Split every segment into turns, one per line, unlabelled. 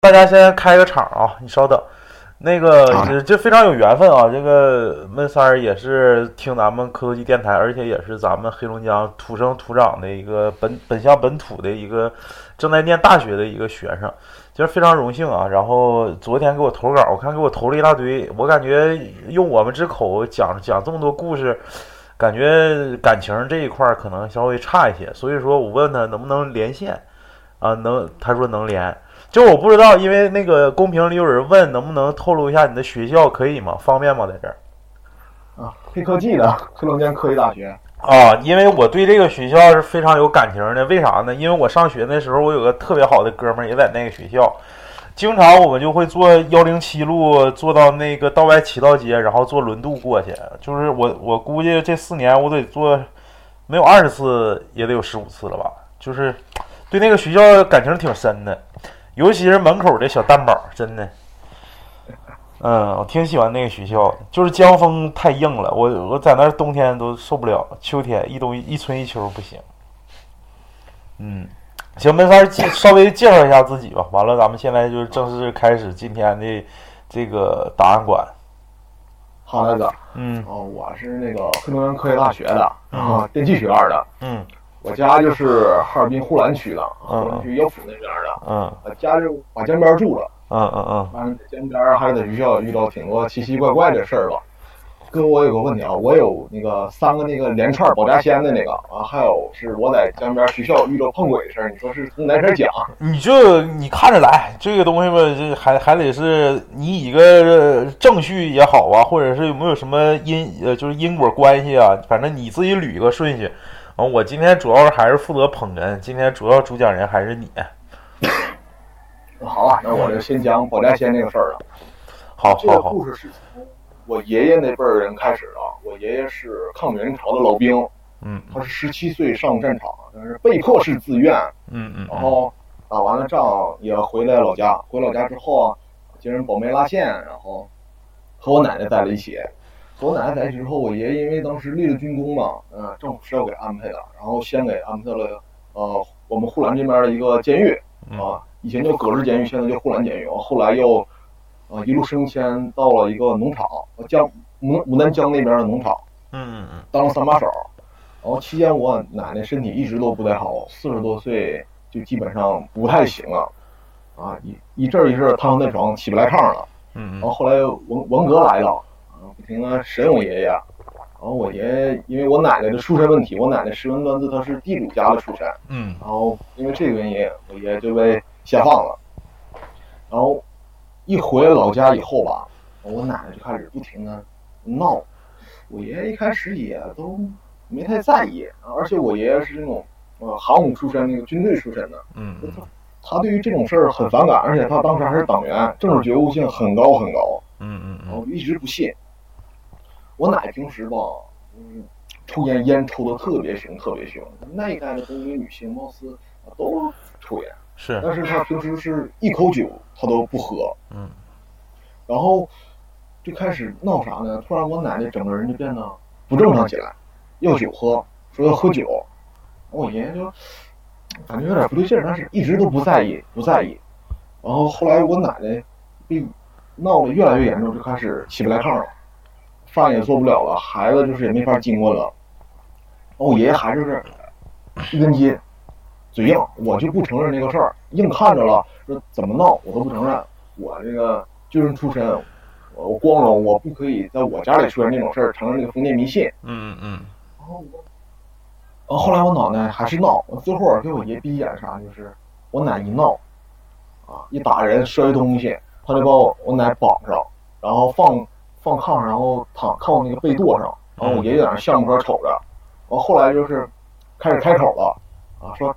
大家先开个场啊，你稍等。那个
好嘞
呃这非常有缘分啊，这个闷三儿也是听咱们科技电台，而且也是咱们黑龙江土生土长的一个本本乡本土的一个正在念大学的一个学生，今儿非常荣幸啊。然后昨天给我投稿，我看给我投了一大堆，我感觉用我们之口讲讲这么多故事，感觉感情这一块儿可能稍微差一些，所以说我问他能不能连线，啊，能，他说能连，就我不知道，因为那个公屏里有人问能不能透露一下你的学校，可以吗？方便吗？在这儿
啊，黑科技的黑龙江科技大学。
啊，因为我对这个学校是非常有感情的，为啥呢？因为我上学那时候，我有个特别好的哥们儿也在那个学校，经常我们就会坐幺零七路坐到那个道外七道街，然后坐轮渡过去。就是我我估计这四年我得坐没有二十次也得有十五次了吧，就是对那个学校感情挺深的，尤其是门口的小蛋堡，真的。嗯，我挺喜欢那个学校的，就是江风太硬了，我我在那儿冬天都受不了，秋天一冬一春一秋不行。嗯，行，门三儿介稍微介绍一下自己吧。完了，咱们现在就正式开始今天的这个答案馆。
好，那个，
嗯
哦，我是那个黑龙江科技大学的，然后电气学院的，
嗯
我家就是哈尔滨呼兰区的，呼兰区乐府那边的，
嗯
我家就往江边住了，
嗯嗯嗯
完了在江边还是在学校遇到挺多奇奇怪怪的事儿吧。跟我有个问题啊，我有那个三个那个连串保家仙的那个啊，还有是我在江边学校遇到碰鬼的事儿，你说是从哪开始讲？
你就你看着来，这个东西吧，这还还得是你以一个证据也好啊，或者是有没有什么因呃，就是因果关系啊，反正你自己捋个顺序。啊，我今天主要还是负责捧哏，今天主要主讲人还是你。
好啊，那我就先讲保家仙这个事儿了。
好
这个
好好，
故事是从我爷爷那辈儿人开始的。我爷爷是抗美援朝的老兵，
嗯
他是十七岁上战场，但是被迫是自愿，
嗯嗯
然后打完了仗也回来老家。回老家之后啊，接人保媒拉线，然后和我奶奶在了一起。和我奶奶在一起之后，我爷爷因为当时立了军功嘛，嗯、政府是要给安排的，然后先给安排到了呃我们护栏这边的一个监狱
嗯
啊，以前叫革职监狱，现在叫护栏监狱，后来又呃一路升迁到了一个农场，呃江牡牡丹江那边的农场。
嗯嗯
当了三把手。然后期间我奶奶身体一直都不太好，四十多岁就基本上不太行了，啊，一一阵儿一阵儿瘫痪在床，起不来炕了。
嗯
然后后来文文革来了，啊，不停的审我爷爷。然后我爷爷因为我奶奶的出身问题，我奶奶石文端子她是地主家的出身，
嗯
然后因为这个原因，我爷爷就被下放了。然后一回老家以后吧，我奶奶就开始不停的闹。我爷爷一开始也都没太在意，而且我爷爷是那种呃航母出身，那个军队出身的，
嗯嗯
他对于这种事儿很反感，而且他当时还是党员，政治觉悟性很高很高。
嗯
然后一直不信。我奶平时吧，嗯，抽烟烟抽的特别凶，特别凶。那一代的东北女性貌似啊都抽烟，
是
但是她平时是一口酒她都不喝。
嗯
然后就开始闹啥呢？突然我奶奶整个人就变得不正常起来，要酒喝，说要喝酒。我爷爷就感觉有点不对劲儿，但是一直都不在意，不在意。然后后来我奶奶被闹得越来越严重，就开始起不来炕了，饭也做不了了，孩子就是也没法经过了。然后我爷爷还是一根筋，嘴硬，我就不承认这个事儿，硬看着了，说怎么闹我都不承认，我这个就是出身，我我光荣，我不可以在我家里出现这种事儿，承认这个封建迷信。
嗯嗯
然后我，然后后来我脑袋还是闹，我最后我给我爷逼眼啥，就是我奶一闹，啊，一打人摔东西，他就把我我奶绑上，然后放放炕上，然后躺靠那个被垛上，然后我爷爷在那相目车瞅着，然后后来就是开始开口了，啊，说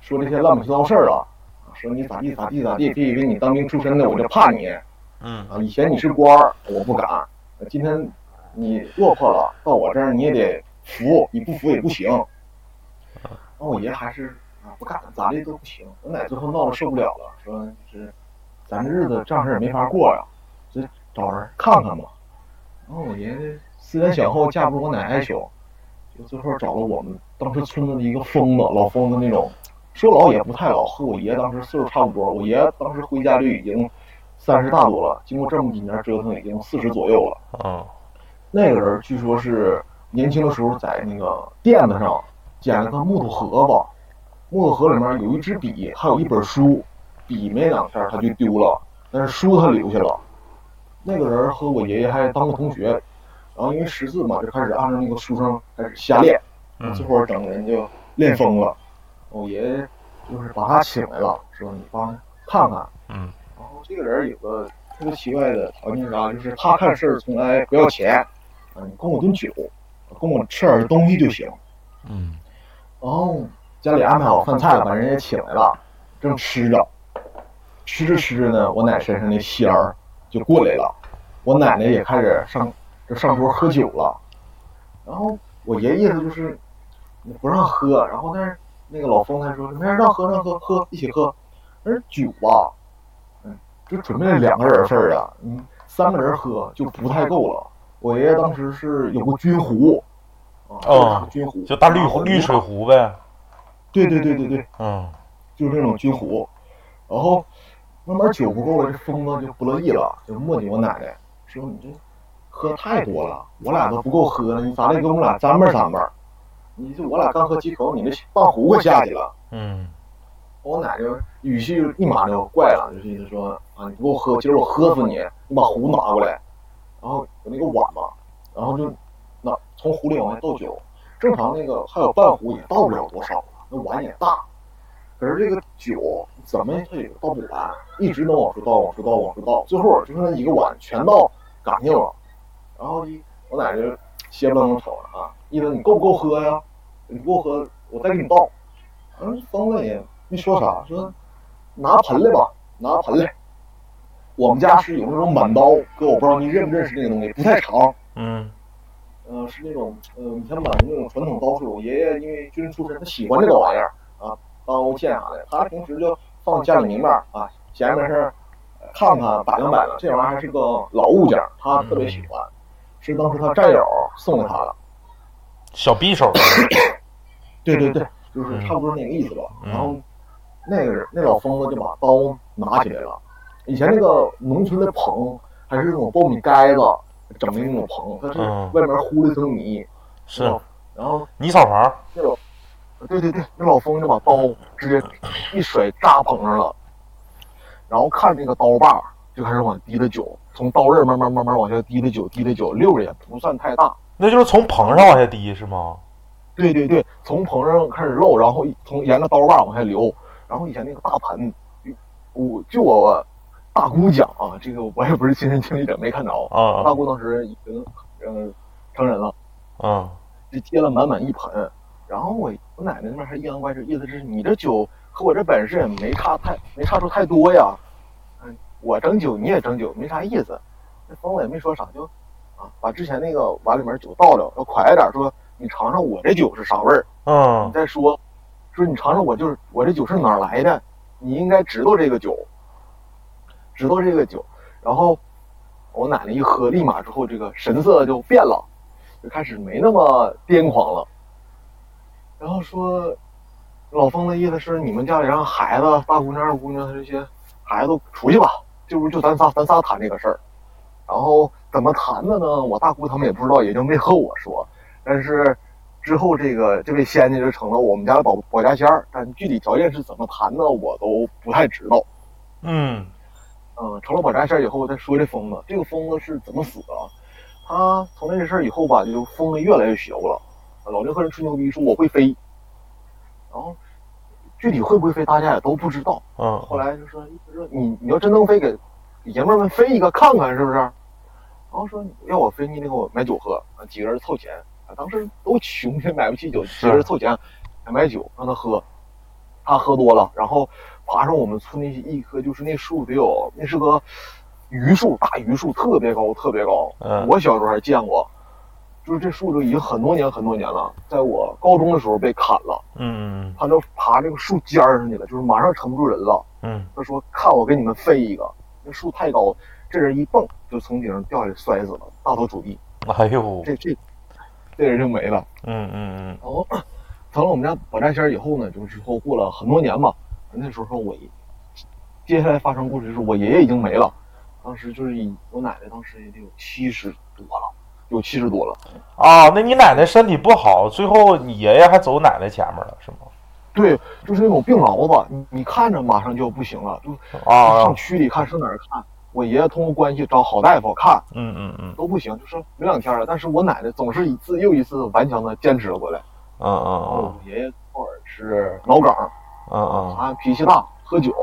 说这些乱七八糟事儿了，啊说你咋地咋地咋地，别以为你当兵出身的我就怕你，
嗯
啊，以前你是官儿，我不敢。今天你落魄了，到我这儿你也得服，你不服也不行。然后我爷还是啊不敢，咋的都不行。我奶最后闹得受不了了，说就是咱这日子这样式儿也没法过呀、就找人看看吧。然后我爷思前想后，架不住我奶哀求，就最后找了我们当时村子的一个疯子，老疯子那种说老也不太老，和我爷当时岁数差不多。我爷当时回家就已经三十大多了，经过这么几年折腾，已经四十左右了。
嗯，
那个人据说是年轻的时候在那个垫子上捡了个木头盒子，木头盒里面有一支笔，还有一本书，笔没两天他就丢了，但是书他留下了。那个人和我爷爷还当过同学，然后因为识字嘛，就开始按照那个书上开始瞎练，
嗯
最后整个人就练疯了。我爷爷就是把他请来了，说你帮看看。
嗯
然后哦这个人有个特别奇怪的条件是啥？就是他看事儿从来不要钱，啊，你跟我顿酒，跟我吃点东西就行。
嗯
然后哦家里安排好饭菜了，把人也请来了，正吃着，吃着吃着呢，我奶身上那仙儿就过来了，我奶奶也开始上就上桌喝酒了。然后我爷意思就是不让喝，然后但是那个老风才说没事让喝让喝喝一起喝，但是酒吧，嗯，就准备两个人份儿的，嗯，三个人喝就不太够了。我爷爷当时是有个军壶，
哦
啊，军壶
就大绿壶绿水壶呗。
对对对对对，
嗯
就是那种军壶。然后慢慢酒不够了，这疯子就不乐意了，就磨叽我奶奶，说你这喝太多了，我俩都不够喝呢，你咋得给我们俩沾吧沾吧？你这我俩刚喝几口，你这半壶快下去了。
嗯
我奶奶语气就立马就怪了，就是意思说啊，你不够喝，今儿我喝死你，你把壶拿过来。然后有那个碗嘛，然后就那从壶里往外倒酒，正常那个还有半壶也倒不了多少，那碗也大，可是这个酒怎么它也倒不完，一直能往出倒，往出倒，往出倒，最后就剩那一个碗全倒干净了。然后一我奶就斜不楞楞瞅着啊，意思你够不够喝呀？你不够喝，我再给你倒。嗯，疯了也没说啥，说拿盆来吧，拿盆来。我们家是有那种满刀，哥，我不知道你认不认识那个东西，不太长，
嗯
嗯，是那种，呃，以前满的那种传统刀术。我爷爷因为军人出身，他喜欢这个玩意儿啊，刀剑啥的。他平时就放家里明面儿啊，闲没事儿呃看看摆弄摆弄。这玩意儿还是个老物件儿，他特别喜欢，是当时他战友送给他的。
小匕首。
对对对，就是差不多那个意思吧。
嗯
然后那个人那老疯子就把刀拿起来了。
嗯
以前那个农村的棚还是那种苞米盖子整的那种棚，它是
嗯
外面糊了一层泥，
是
然后
泥草房。
那老，对对对，那老风就把刀直接一甩扎棚上了，然后看那个刀把就开始往滴的酒，从刀刃慢慢慢慢往下滴的酒，滴的酒，溜着也不算太大。
那就是从棚上往下滴是吗？
对对对，从棚上开始漏，然后一从沿着刀把往下流，然后以前那个大盆，我就我大姑讲啊，这个我也不是亲身经历者，没看着。
啊
大姑当时已经嗯成人了。
嗯
就接了满满一盆。然后我我奶奶那边还阴阳怪气，意思是你这酒和我这本事也没差太没差出太多呀。嗯，我整酒你也整酒，没啥意思。那疯子也没说啥，就啊把之前那个碗里面酒倒了，要快点说你尝尝我这酒是啥味儿，你
嗯
再说说你尝尝我就是我这酒是哪儿来的，你应该知道这个酒，知道这个酒。然后我奶奶一喝，立马之后这个神色就变了。就开始没那么癫狂了。然后说，老风的意思是你们家里让孩子、大姑娘、二姑娘这些孩子都出去吧，这不就咱仨咱仨谈这个事儿。然后怎么谈的呢？我大姑他们也不知道，也就没和我说。但是之后这个这位仙家就成了我们家的保保家仙儿，但具体条件是怎么谈的，我都不太知道。
嗯
嗯，成了保家仙儿以后，再说这疯子，这个疯子是怎么死的啊？他从那事儿以后吧，就疯的越来越邪乎了，老就和人吹牛逼说我会飞，然后具体会不会飞大家也都不知道。
嗯
后来就说就说你你要真能飞，给爷们儿们飞一个看看是不是？然后说要我飞，你得给我买酒喝啊，几个人凑钱啊，当时都穷， 也买不起酒，
是
几个人凑钱买酒让他喝，他喝多了，然后爬上我们村那一棵就是那树得有那是个榆树，大榆树特别高，特别高，
嗯
我小时候还见过。就是这树就已经很多年很多年了，在我高中的时候被砍了，
嗯
他就爬这个树尖儿上去了，就是马上撑不住人了。
嗯
他说：“看我给你们飞一个，那树太高，这人一蹦就从顶上掉下来摔死了，大头主地，
哎呦
这这这人就没了。
嗯嗯嗯
哦，成了我们家保家仙儿以后呢，就是之后过了很多年吧，那时候我接下来发生故事就是我爷爷已经没了，当时就是以我奶奶当时也得有七十多了，有七十多了。
啊，那你奶奶身体不好，最后你爷爷还走奶奶前面了，是吗？
对，就是那种病痨子，你你看着马上就不行了，就
啊
上，区里看，上哪儿看？我爷爷通过关系找好大夫看
嗯嗯嗯
都不行，就是没两天了。但是我奶奶总是一次又一次顽强的坚持了过来。
嗯嗯
我
嗯
爷爷偶尔是脑梗，
嗯嗯，
啊，脾气大，喝酒，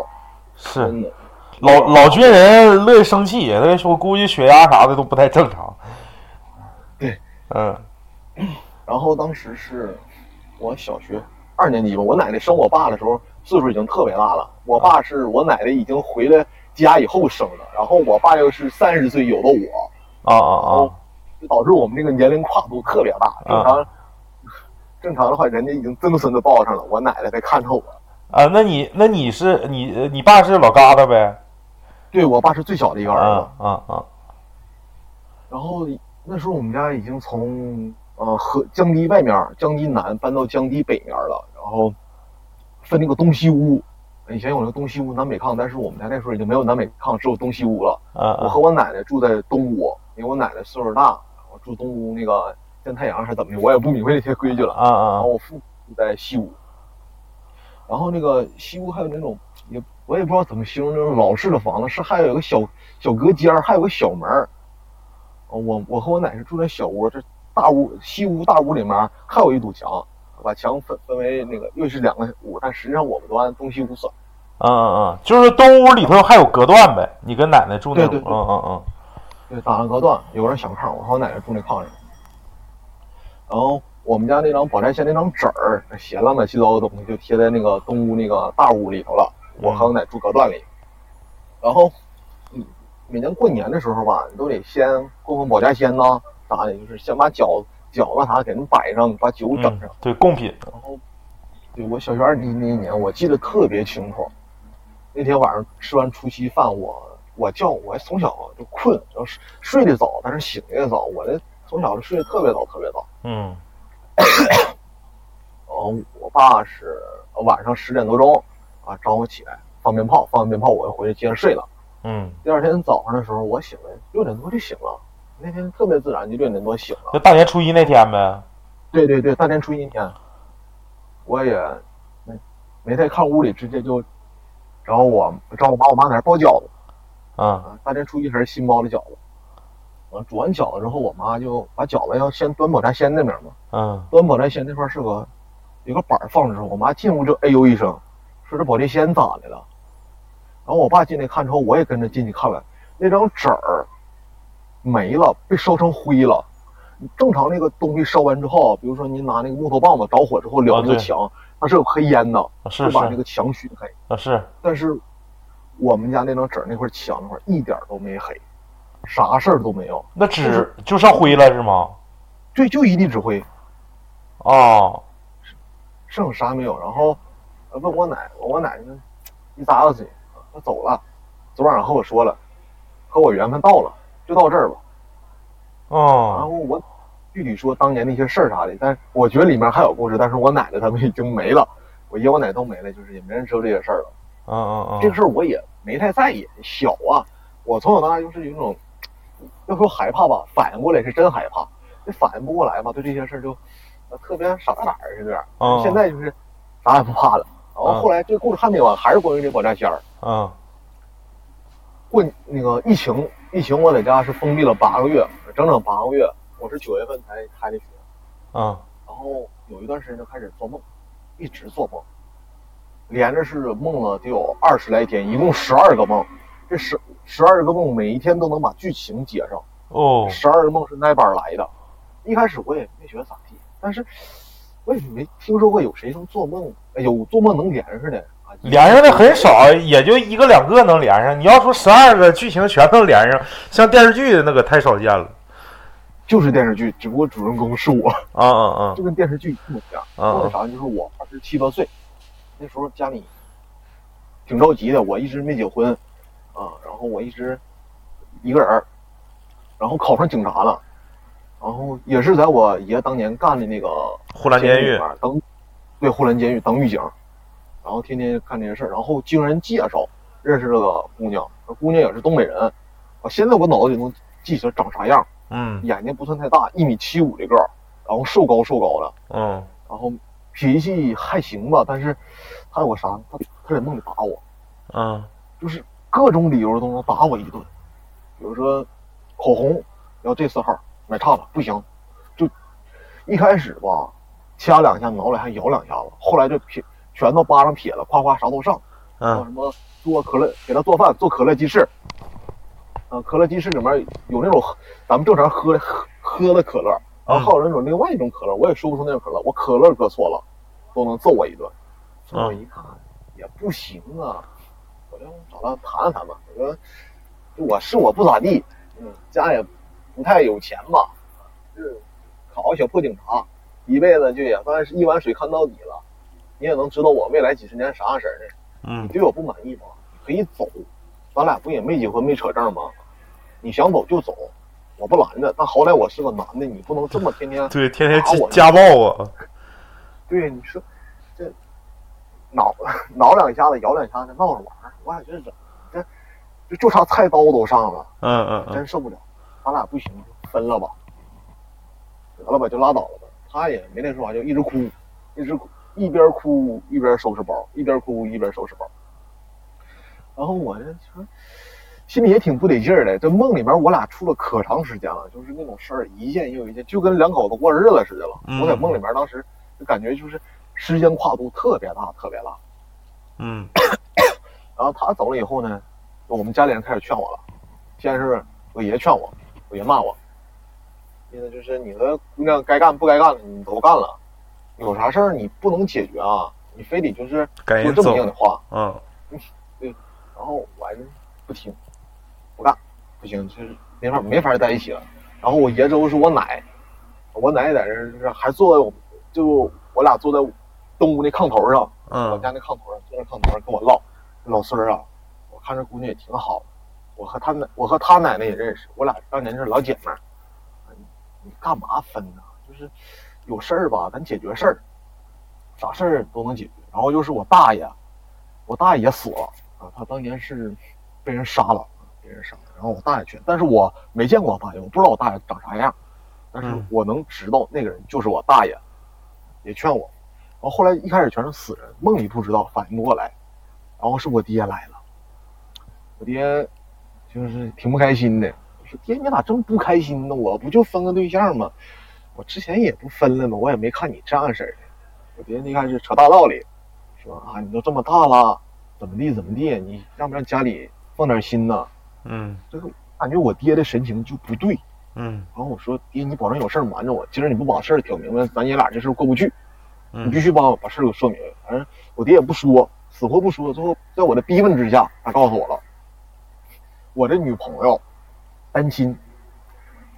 是
真的。
老老军人乐意生气，他说估计血压啥的都不太正常。
对，
嗯
然后当时是我小学二年级吧，我奶奶生我爸的时候岁数已经特别大了，我爸是我奶奶已经回来家以后生的，然后我爸又是三十岁有的我，
啊啊
就导致我们这个年龄跨度特别大。正常、正常的话，人家已经曾孙子抱上了，我奶奶才看着我。
啊啊！那你那你是你你爸是老疙瘩呗？
对我爸是最小的一个
啊
儿子，
啊啊！
然后那时候我们家已经从呃河江堤外面、江堤南搬到江堤北面了，然后分那个东西屋。以前有那个东西屋、南北炕，但是我们家那时候已经没有南北炕，只有东西屋了。
嗯
我和我奶奶住在东屋，因为我奶奶岁数大，我住东屋那个见太阳还是怎么的，我也不明白这些规矩了。
啊
然
啊
后我父母住在西屋，然后那个西屋还有那种也我也不知道怎么形容那种老式的房子，是还有一个小小隔间儿，还有个小门儿。呃我我和我奶是住在小屋，这大屋西屋大屋里面还有一堵墙，把墙分分为那个又是两个屋，但实际上我们都按东西屋算。
嗯嗯嗯，就是东屋里头还有隔断呗，你跟奶奶住那屋，
对对对
嗯嗯嗯，
对，打了隔断，有人想炕，我和我奶奶住那炕上。然后我们家那张保家仙那张纸儿，写乱七八糟的东西就贴在那个东屋那个大屋里头了。
嗯
我和我奶住隔断里。然后，嗯，每年过年的时候吧，你都得先供奉保家仙呐，啥的，就是先把饺饺子啥给人摆上，把酒整上。
嗯对贡品，
对我小学二年级那一年，我记得特别清楚。那天晚上吃完除夕饭，我我觉我从小就困，然后睡睡得早，但是醒得也早。我这从小就睡得特别早，特别早。
嗯
然后我爸是晚上十点多钟啊找我起来放鞭炮，放完鞭炮我就回去接着睡了。
嗯，
第二天早上的时候，我醒了六点多就醒了，那天特别自然就六点多醒了。
就大年初一那天呗，
对对对，大年初一那天，我也没没太看屋里，直接就找我找我妈我妈在那儿包饺子
嗯
啊。大年初一还是新包的饺子。完煮完饺子之后，我妈就把饺子要先端保家仙那边嘛，
嗯
端保家仙那块儿是个有个板儿放着之后，我妈进屋就哎呦一声，说这保家仙咋的了？然后我爸进来看之后，我也跟着进去看了，那张纸儿没了，被烧成灰了。正常那个东西烧完之后，比如说您拿那个木头棒子着火之后燎
啊
那个
对
墙，它是有黑烟的，
是
会把那
是
个墙熏黑。
啊是，
但是我们家那张纸儿那块墙那块儿一点儿都没黑，啥事儿都没有，
那
就
纸就剩灰了是吗？
对，就一地指挥。
哦，
剩啥没有。然后呃问我奶，我奶呢一咂巴嘴，她走了。昨晚上和我说了，和我缘分到了，就到这儿吧。然后
哦，
我具体说当年那些事儿啥的，但是我觉得里面还有故事，但是我奶奶他们已经没了，我爷我奶都没了，就是也没人知道这些事儿了。
嗯嗯
这
嗯，
个事儿我也没太在意，小啊，我从小到大就是有一种，要说害怕吧，反应过来是真害怕，这反应不过来吧，对这些事儿就呃特别傻大胆儿似的。
嗯
现在就是啥也不怕了。然后
嗯
后来这个故事还没完，还是关于这保家仙儿。
嗯
过那个疫情，疫情我在家是封闭了八个月，整整八个月。我是九月份才开的学，
嗯
然后有一段时间就开始做梦，一直做梦，连着是梦了得有二十来天，一共十二个梦。这十十二个梦，每一天都能把剧情接上。
哦，
十二个梦是那板儿来的。一开始我也没觉得咋地，但是我也没听说过有谁能做梦，哎有做梦能连上的啊，
连上的很。少，也就一个两个能连上。你要说十二个剧情全能连上，像电视剧那个太少见了。
就是电视剧，只不过主人公 是我，
啊啊
就跟电视剧一模一样。
啊
说的
啊
啥就是我二十七八岁，那时候家里挺着急的，我一直没结婚啊，然后我一直一个人儿，然后考上警察了，然后也是在我爷当年干的那个
呼兰监狱
里面当对护栏监狱当狱警，然后天天干这些事儿，然后经人介绍认识这个姑娘，这姑娘也是东北人，啊，现在我脑子里能记起来长啥样，
嗯
眼睛不算太大，一米七五这个儿，然后瘦高瘦高的，
嗯
然后脾气还行吧，但是他有个啥，他他在梦里打我，
嗯
就是各种理由都能打我一顿，比如说口红要这色号买差了不行，就一开始吧掐两下，脑里还摇两下子，后来就撇拳头巴掌撇了，夸夸啥都上，然
嗯
后什么做可乐给他做饭做可乐鸡翅，啊可乐鸡翅里面有那种喝咱们正常喝的喝喝的可乐，然
嗯
后还有那种另外一种可乐，我也说不出那种可乐，我可乐搁错了都能揍我一顿，所以我一看也不行啊。我就找他谈谈吧。我说，我是我不咋地，嗯，家也不太有钱吧，是考个小破警察，一辈子就也算是一碗水看到底了。你也能知道我未来几十年啥样式儿呢？你
嗯
对我不满意吗？可以走，咱俩不也没结婚没扯证吗？你想走就走，我不拦着。但好歹我是个男的，你不能这么天天
对，天天
打我
家暴我，
对，你说这挠 挠两下子，摇两下子，闹着玩儿，我俩觉得这这就差菜刀都上了，
嗯嗯嗯
真受不了，咱俩不行，就分了吧，得了吧，就拉倒了吧。他也没那说法，就一直哭，一直哭，一边哭一边收拾包，一边哭一边收拾包。然后我这说心里也挺不得劲儿的，这梦里面我俩处了可长时间了，就是那种事儿一件又一件，就跟两口子过日子似的了。
嗯
我在梦里面当时就感觉就是时间跨度特别大，特别大。
嗯
然后他走了以后呢，我们家里人开始劝我了，先是我爷劝我，我爷骂我，意思就是你和姑娘该干不该干的你都干了，有啥事儿你不能解决啊，你非得就是
赶
说
紧
这么
走
硬，的话，
嗯
然后我还是不听，不干，不行，就是没法没法在一起了。然后我爷之后是我奶，我奶在这儿就是还坐在我就我俩坐在东屋那炕头上，我
嗯
家那炕头上，坐在炕头上跟我唠，老孙儿啊，我看这姑娘也挺好，我和她奶，我和她奶奶也认识，我俩当年是老姐们儿。你你干嘛分呢？就是有事儿吧，咱解决事儿，啥事儿都能解决。然后就是我大爷，我大爷死了啊，他当年是被人杀了，啊被人杀了。然后我大爷去，但是我没见过我大爷，我不知道我大爷长啥样，但是
嗯
我能知道那个人就是我大爷，也劝我。然后后来一开始全是死人，梦里不知道，反应不过来。然后是我爹来了，我爹就是挺不开心的，我说爹你咋这么不开心呢？我不就分个对象吗？我之前也不分了吗？我也没看你这样式儿的。我爹一开始扯大道理，说啊你都这么大了，怎么地怎么地，你让不让家里放点心呢？
嗯
感觉我爹的神情就不对。
嗯
然后我说爹，你保证有事儿瞒着我，今儿你不把事儿挑明白，咱爷俩这事儿过不去。你必
嗯
须帮我把事儿给说明白。反正我爹也不说，死活不说，最后在我的逼问之下，他告诉我了，我的女朋友单亲，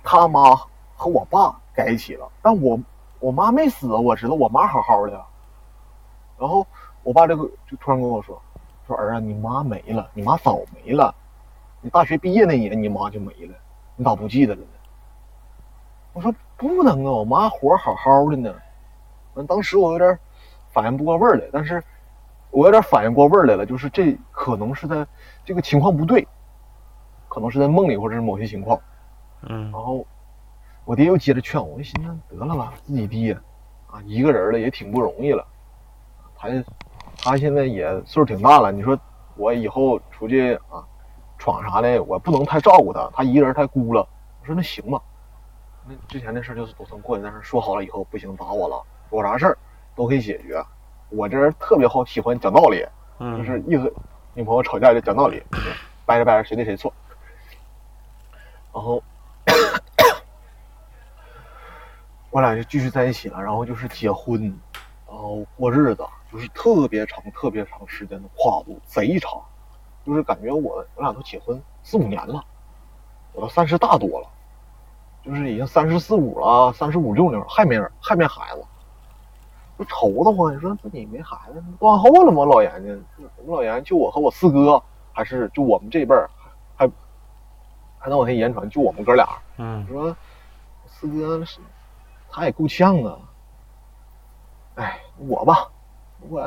他妈和我爸在一起了，但我我妈没死啊，我知道我妈好好的啊。然后我爸这个就突然跟我说，说儿啊，你妈没了，你妈早没了，你大学毕业那年你妈就没了，你咋不记得了呢？我说不能啊，我妈活好好的呢。完，嗯当时我有点反应不过味儿来，但是我有点反应过味儿来了，就是这可能是在这个情况不对，可能是在梦里或者是某些情况。
嗯
然后我爹又接着劝我，我就寻思得了吧，自己爹啊，一个人了也挺不容易了，他他现在也岁数挺大了，你说我以后出去啊闯啥的，我不能太照顾他，他一个人太孤了。我说那行吧，那之前的事儿就是都算过去，但是说好了以后不行打我了，有啥事儿都可以解决。啊我这人特别好，喜欢讲道理，就
嗯
是一和女朋友吵架就讲道理，掰着掰着谁对谁错。然后 我俩就继续在一起了，然后就是结婚，然后过日子，就是特别长、特别长时间的跨度，贼长，就是感觉我我俩都结婚四五年了，我都三十大多了，就是已经三十四五了，三十五六了，还没人还没孩子。就愁得慌，你说这你没孩子，断后了吗？老严家，我们老严就我和我四哥，还是就我们这辈儿，还还能往下言传，就我们哥俩。
嗯
我说四哥是，他也够呛啊。哎，我吧，我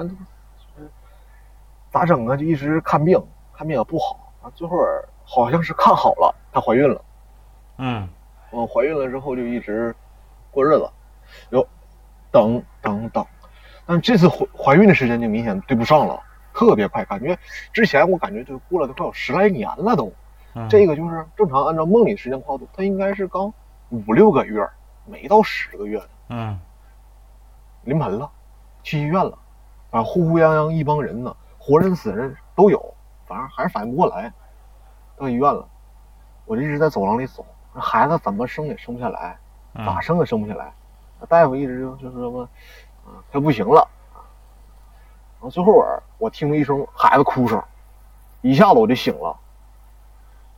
咋整啊？就一直看病，看病也不好啊。最后好像是看好了，她怀孕了。
嗯，
我呃怀孕了之后就一直过日子，有等等等，但这次怀怀孕的时间就明显对不上了，特别快，感觉之前我感觉就过了都快有十来年了都。
嗯
这个就是正常按照梦里时间跨度，它应该是刚五六个月，没到十个月呢
嗯
临盆了，去医院了，啊，呼呼泱泱一帮人呢，活人死人都有，反正还是反应不过来，到医院了，我就一直在走廊里走，那孩子怎么生也生不下来，
嗯
咋生也生不下来，大夫一直就就是说，啊，他不行了，啊然后最后我我听了一声孩子哭声，一下子我就醒了。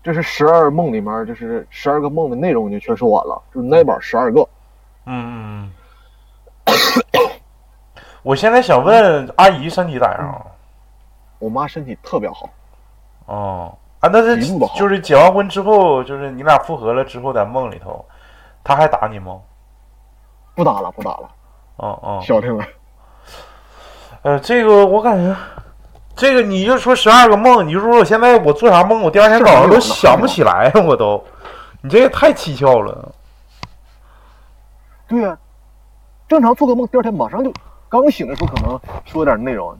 这是十二梦里面，就是十二个梦的内容就全说完了，就是那本十二个。
嗯嗯嗯。我现在想问阿姨身体咋样？啊
我妈身体特别好，
哦，啊，那这
一路好
就是结完婚之后，就是你俩复合了之后，在梦里头，他还打你吗？
不打了，不打了，
哦哦，
消停了。
呃，这个我感觉，这个你就说十二个梦，你就说我现在我做啥梦，我第二天早上都想不起来，我都，你这也太蹊跷了。
对呀、正常做个梦，第二天马上就刚醒的时候可能说点内容，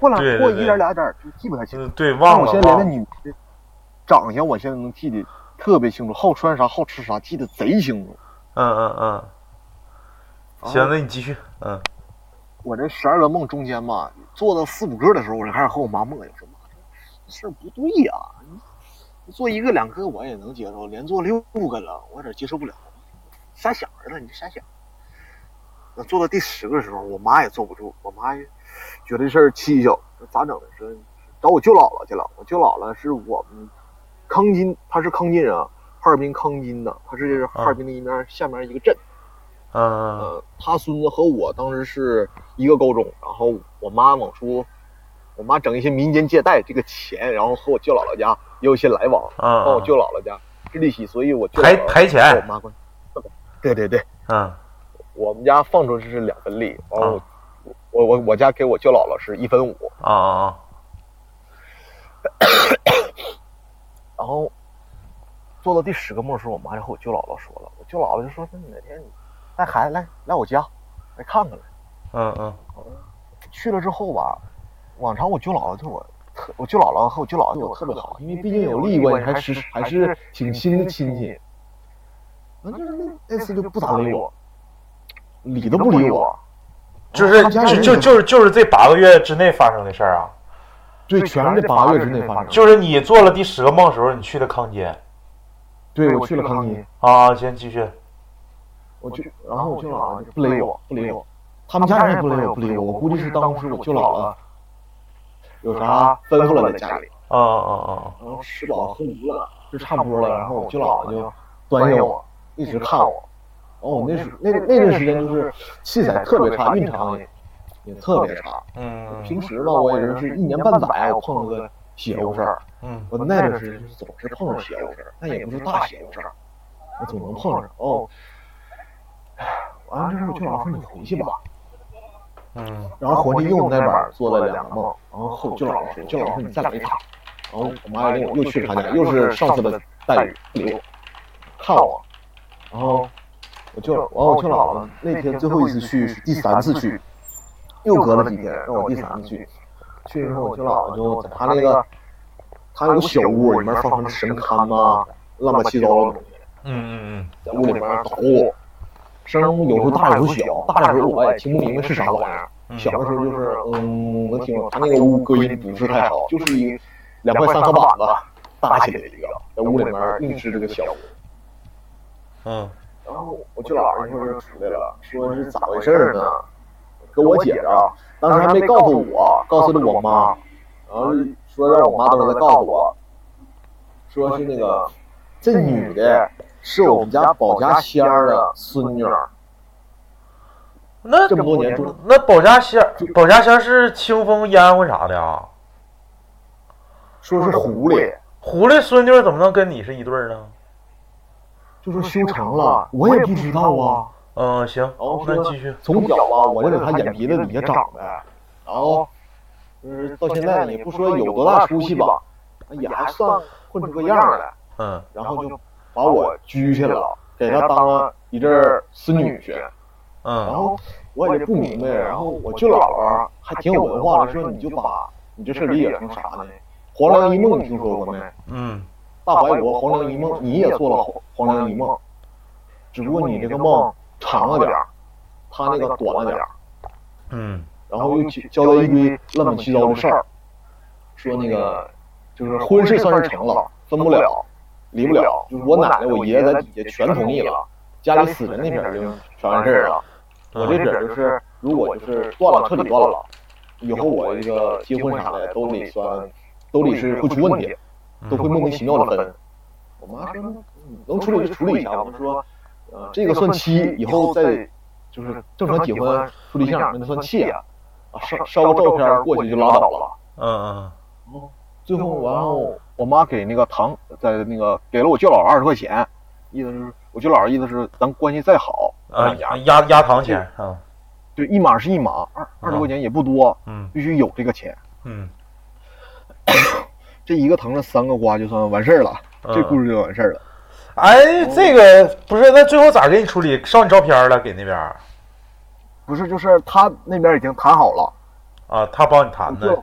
过两
对对
过一
对
点俩点就记不太清。
嗯，对，忘
我
了
现在连
忘
那
了。
女的长相，我现在能记得特别清楚，好穿啥，好吃啥，记得贼清楚。
嗯嗯嗯，行，
啊
那你继续。嗯
我这十二个梦中间吧，做到四五个的时候，我就开始和我妈磨叽，我说妈，这事儿不对呀、你你做一个两个我也能接受，连做六个了，我有点接受不了。瞎想着了，你就瞎想。那做到第十个时候，我妈也坐不住，我妈也觉得这事儿蹊跷，说咋整的？说找我舅姥姥去了，我舅姥姥是我们康津，她是康津人，啊，哈尔滨康津的，她是哈尔滨的一面、下面一个镇。
嗯
呃，他孙子和我当时是一个高中，然后我妈往出，我妈整一些民间借贷这个钱，然后和我舅姥姥家也有一些来往，
嗯
和我
嗯
舅姥姥家是一起，所以我舅
排
姥姥
排
和我
钱。
妈关系特别对对对，
嗯
我们家放出去是两分利，然后我我我家给我舅姥姥是一分五，
啊啊
然后做到第十个梦的时候，我妈就和我舅姥姥说了，我舅姥姥就说那哪天你带孩子来来我家来看看来。
啊嗯
哦
嗯
去了之后吧，往常我舅姥姥对我特，我舅姥姥和我舅姥姥对我特别好，因为毕竟有利益关系，还是还是挺亲的亲戚。那那那次就不咋理我，理都不理我。
就是
他家人
就就
也
就是就是这八个月之内发生的事儿啊，
对，全是这八个月之内发生。
就是你做了第十个梦的时候，你去的康街
对我去了康妮，
啊，先继续。
我去，然后我舅姥姥就不理我，不理我，他们家人也不理我，不理我。我估计是当时我舅姥姥有啥吩咐了在家里，
嗯嗯嗯
然后吃饱喝足了，就差不多了，然后我舅姥姥就端着我，一直看我。然后我那时那那段时间就是气色特别差，运程也特别差。
嗯
平时吧，我也就是一年半载我碰个血肉事儿，
嗯
我那段时间就是总是碰上血肉事儿，但也不是大血肉事儿，我总能碰上。哦，唉完了之后，我舅姥姥说你回去吧。
嗯
然后回去又在那边做了两个梦，然后后舅姥姥说，舅姥姥说你再来一场，然后我妈又又去他家，又是上次的待遇不理我，看我，然后我舅，然后我舅姥姥那天最后一次去是第三次去，又隔了几天让我第三次去，去之后我舅姥姥就在他那个，他有个小屋里面放什么神龛呐，乱七八糟的东西，
嗯嗯
在屋里面捣鼓，声有时候大有时候小，大的时候我也听不明白是啥玩意儿。
嗯，
小的时候就是，嗯，能听懂他那个屋隔音不是太好，就是一两块三合板子搭起来一个，在屋里面硬支这个小屋。
嗯
然后我舅姥一会儿就出来了，说是咋回事儿呢？跟我解释啊，当时还没告诉我，告诉了我妈，然后说让我妈当时告诉我，说是那个这女的是我们家保家仙儿的孙女儿，
那
这么多年住
那保家仙儿保家仙儿是清风烟灰啥的啊？
说是狐狸。
狐狸孙女怎么能跟你是一对儿呢？
就说修成了，我也不知道啊。
啊、嗯，行
后，
那
说
继续。
从小啊，我就在他眼皮子底下长的，然后就是到现在也不说有多大出息吧，也还算混出个样儿来，
嗯，
然后就把我拘起来了，给他当了一阵儿孙女婿。然
嗯，
后我也不明白，然后我舅姥姥还挺有文化的，说你就把你这事儿理解成啥呢？黄粱一梦听说过没？
嗯，
大怀国黄粱一梦，你也做了黄黄粱一梦，只不过你这个梦长了点儿，他那个短了点儿。
嗯，
然后又交代一堆乱七八糟的事儿，说那个就是婚事算是成了，分不了，离不了。就是我奶奶、我爷爷在底下全同意了，家里死人那边儿就全完事儿了。我这
嗯
边儿就是如果就是断了，彻底断了，以后我这个结婚啥的都得算，都得是会出问题，啊
嗯
都会莫名其妙的分。我妈说能处理就处理一下，啊我说呃这个算妻，以后再就是正常结婚处对象，那算气啊，啊烧烧个照片儿过去就拉倒了。
嗯
最后，然后我妈给那个糖，在那个给了我舅姥二十块钱，意思是我舅姥意思是咱关系再好，
嗯啊，
呀
压，压压堂钱啊，
对，一码是一码，二二十块钱也不多，
嗯
必须有这个钱。
嗯，
这一个藤子三个瓜就算完事儿了，
嗯
这故事就完事儿了。
哎，这个不是，那最后咋给你处理？上你照片了，给那边儿
不是，就是他那边已经谈好了，
啊，他帮你谈
我舅
的。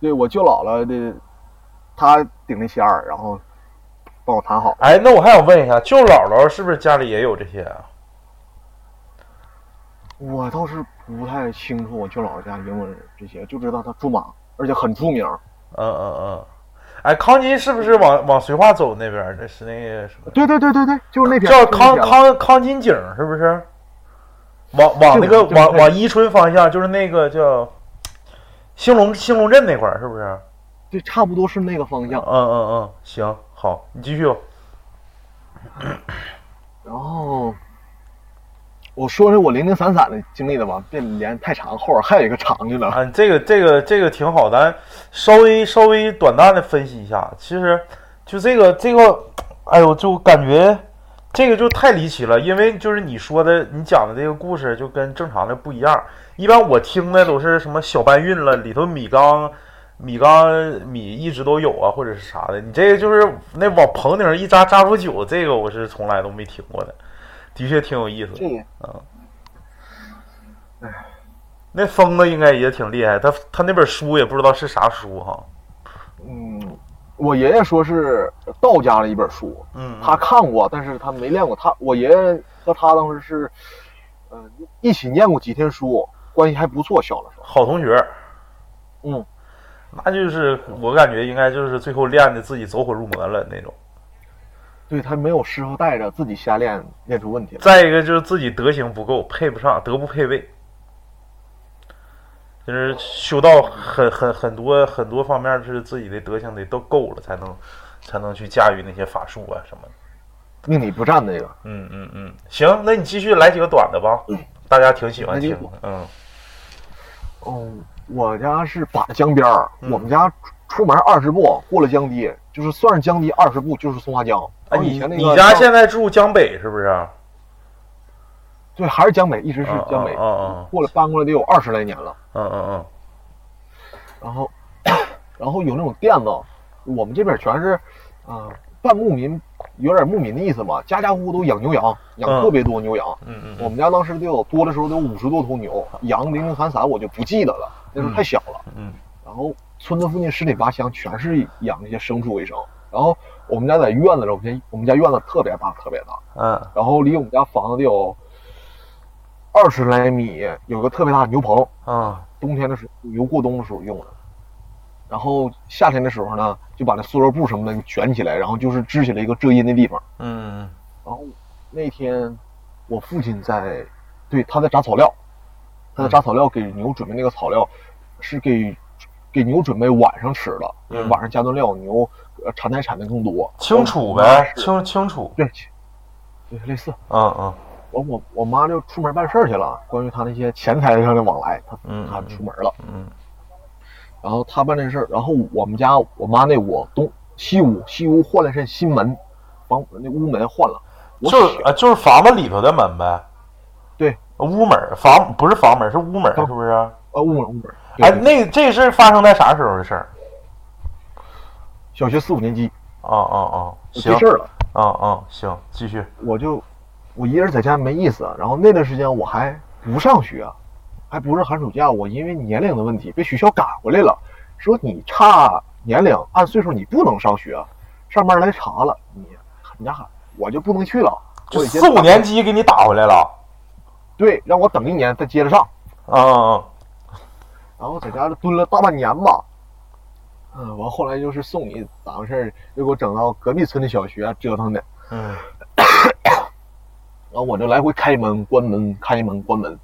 对我舅姥姥的，他顶那仙儿，然后帮我谈好。
哎，那我还想问一下，舅姥姥是不是家里也有这些啊？
我倒是不太清楚我舅姥姥家原文这些，就知道他驻马，而且很出名。
嗯嗯嗯。哎，康妮是不是往往绥化走那边儿？这是那个什么？
对对对对对，就是那天
叫康，康康金井儿是不是？往往那个
就是
往
就是
往伊春方向，就是那个叫兴隆兴隆镇那块儿，是不是？
对，差不多是那个方向
嗯。嗯嗯，行，好，你继续吧。
然后我说说我零零散散的经历的吧，别连太长，后边还有一个长的呢。
啊，这个这个这个挺好，咱稍微稍微短暂的分析一下。其实就这个这个，哎呦，就感觉这个就太离奇了，因为就是你说的你讲的这个故事就跟正常的不一样。一般我听的都是什么小搬运了，里头米缸、米缸、米一直都有啊，或者是啥的。你这个就是那往棚顶上一扎扎出酒，这个我是从来都没听过的，的确挺有意思。
这个
那疯子应该也挺厉害，他他那本书也不知道是啥书哈。
嗯，我爷爷说是道家的一本书，
嗯，
他看过，但是他没练过。他我爷爷和他当时是，呃，一起念过几天书，关系还不错。小的时候，
好同学，
嗯，
那就是我感觉应该就是最后练的自己走火入魔了那种。
对他没有师傅带着，自己瞎练，练出问题了。
再一个就是自己德行不够，配不上，德不配位，就是修道很很很多很多方面是自己的德行得都够了，才能才能去驾驭那些法术啊什么的。
命里不占那个。
嗯嗯嗯，行，那你继续来几个短的吧，大家挺喜欢听的。嗯
哦，我家是把江边儿，
嗯
我们家出出门二十步，过了江堤，就是算是江堤二十步就是松花江。
啊，
然后以
你
前那个
你家
江
现在住江北是不是？
对还是江北，一直是
啊
江北，
啊啊
过了搬过来得有二十来年了。
嗯嗯嗯
然后，然后有那种店子，我们这边全是，啊、半牧民，有点牧民的意思吧，家家户户都养牛羊，
嗯
养特别多牛羊。
嗯嗯
我们家当时得有多的时候得有五十多头牛，羊零零散散我就不记得了，那时候太小了。
嗯
然后村子附近十里八乡全是养那些牲畜为生。然后我们家在院子里，我们家我们家院子特别大，特别大。
嗯
然后离我们家房子得有二十来米，有个特别大的牛棚，
嗯
冬天的时候牛过冬的时候用的。然后夏天的时候呢，就把那塑料布什么的卷起来，然后就是支起来一个遮阴的地方。
嗯
然后那天我父亲在，对，他在炸草料，他
嗯
在炸草料，给牛准备那个草料是给给牛准备晚上吃的，因为
嗯
晚上加顿料牛呃产奶产的更多，
清楚
我妈
呗，
哦是
清清楚。
对，对，类似。
嗯嗯
我我我妈就出门办事儿去了，关于她那些钱财上的往来，她
嗯
她出门了，
嗯
然后她办这事儿，然后我们家我妈那屋东西屋西屋换了一扇新门，房那屋门换了，我
就是
小
啊，就是房子里头的门呗。屋门儿房不是房门儿，是屋门儿，是不是？
啊，雾门雾门，
哎，
对
那这是发生在啥时候的事儿？
小学四五年级
啊啊啊！
就
行
这，事儿了，
啊啊，行，继续。
我就我一个人在家没意思，然后那段时间我还不上学，啊还不是寒暑假，我因为年龄的问题被学校赶回来了，说你差年龄按岁数你不能上学，啊上班来查了你，你家喊我就不能去了，
就
我得先
四五
打
年级给你打回来了。
对，让我等一年再接着上，
啊啊
然后在家蹲了大半年吧。嗯，完后来就是送礼咋回事儿，又给我整到隔壁村的小学折腾的，
嗯
然后我就来回开门关门开门关门，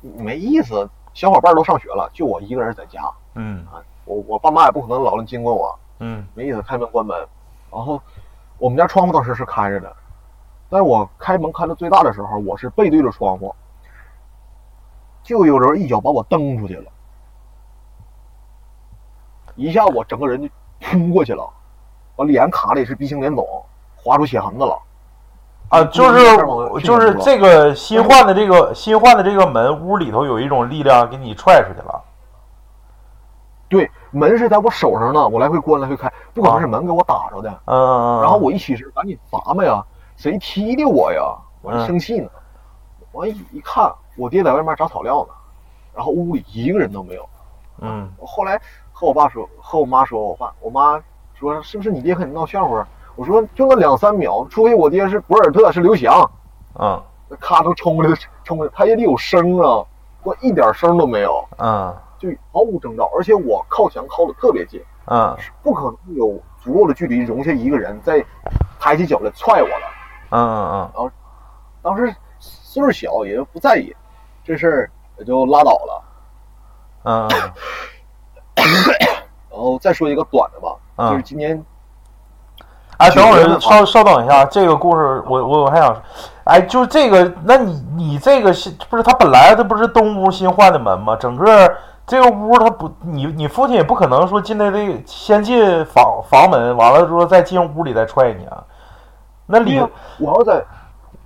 没意思。小伙伴都上学了，就我一个人在家，
嗯
我我爸妈也不可能老能经过我，
嗯
没意思，开门关门。然后我们家窗户当时是开着的，在我开门开到最大的时候，我是背对着窗户，就有人一脚把我蹬出去了，一下我整个人就扑过去了，我脸卡的也是鼻青脸肿，划出血痕子了。
啊，就是
嗯
就是这个新换的这个新换的这个门屋里头有一种力量给你踹出去了。
对，门是在我手上呢，我来回关来回开，不可能是门给我打着的。
嗯嗯嗯。
然后我一起身，赶紧砸嘛呀，谁踢的我呀？我还生气呢。我一一看，我爹在外面炸草料呢，然后屋里一个人都没有。
嗯
我后来和我爸说，和我妈说，我爸我妈说是不是你爹和你闹笑话？我说就那两三秒，除非我爹是博尔特，是刘翔，
嗯
咔都冲过来，冲过来，他也得有声啊，我一点声都没有，
嗯
就毫无征兆，而且我靠墙靠的特别近。
嗯
是不可能有足够的距离容下一个人再抬起脚来踹我了。
嗯嗯
当时岁数小也不在意，这事儿也就拉倒了。
嗯
然后再说一个短的吧，
嗯。
就是今年
哎，等会儿稍稍等一下，这个故事我我我还想，哎，就这个，那你你这个新不是他本来这不是东屋新换的门吗？整个这个屋他不，你你父亲也不可能说进来的先进房房门，完了之后再进屋里再踹你啊。那里
我要在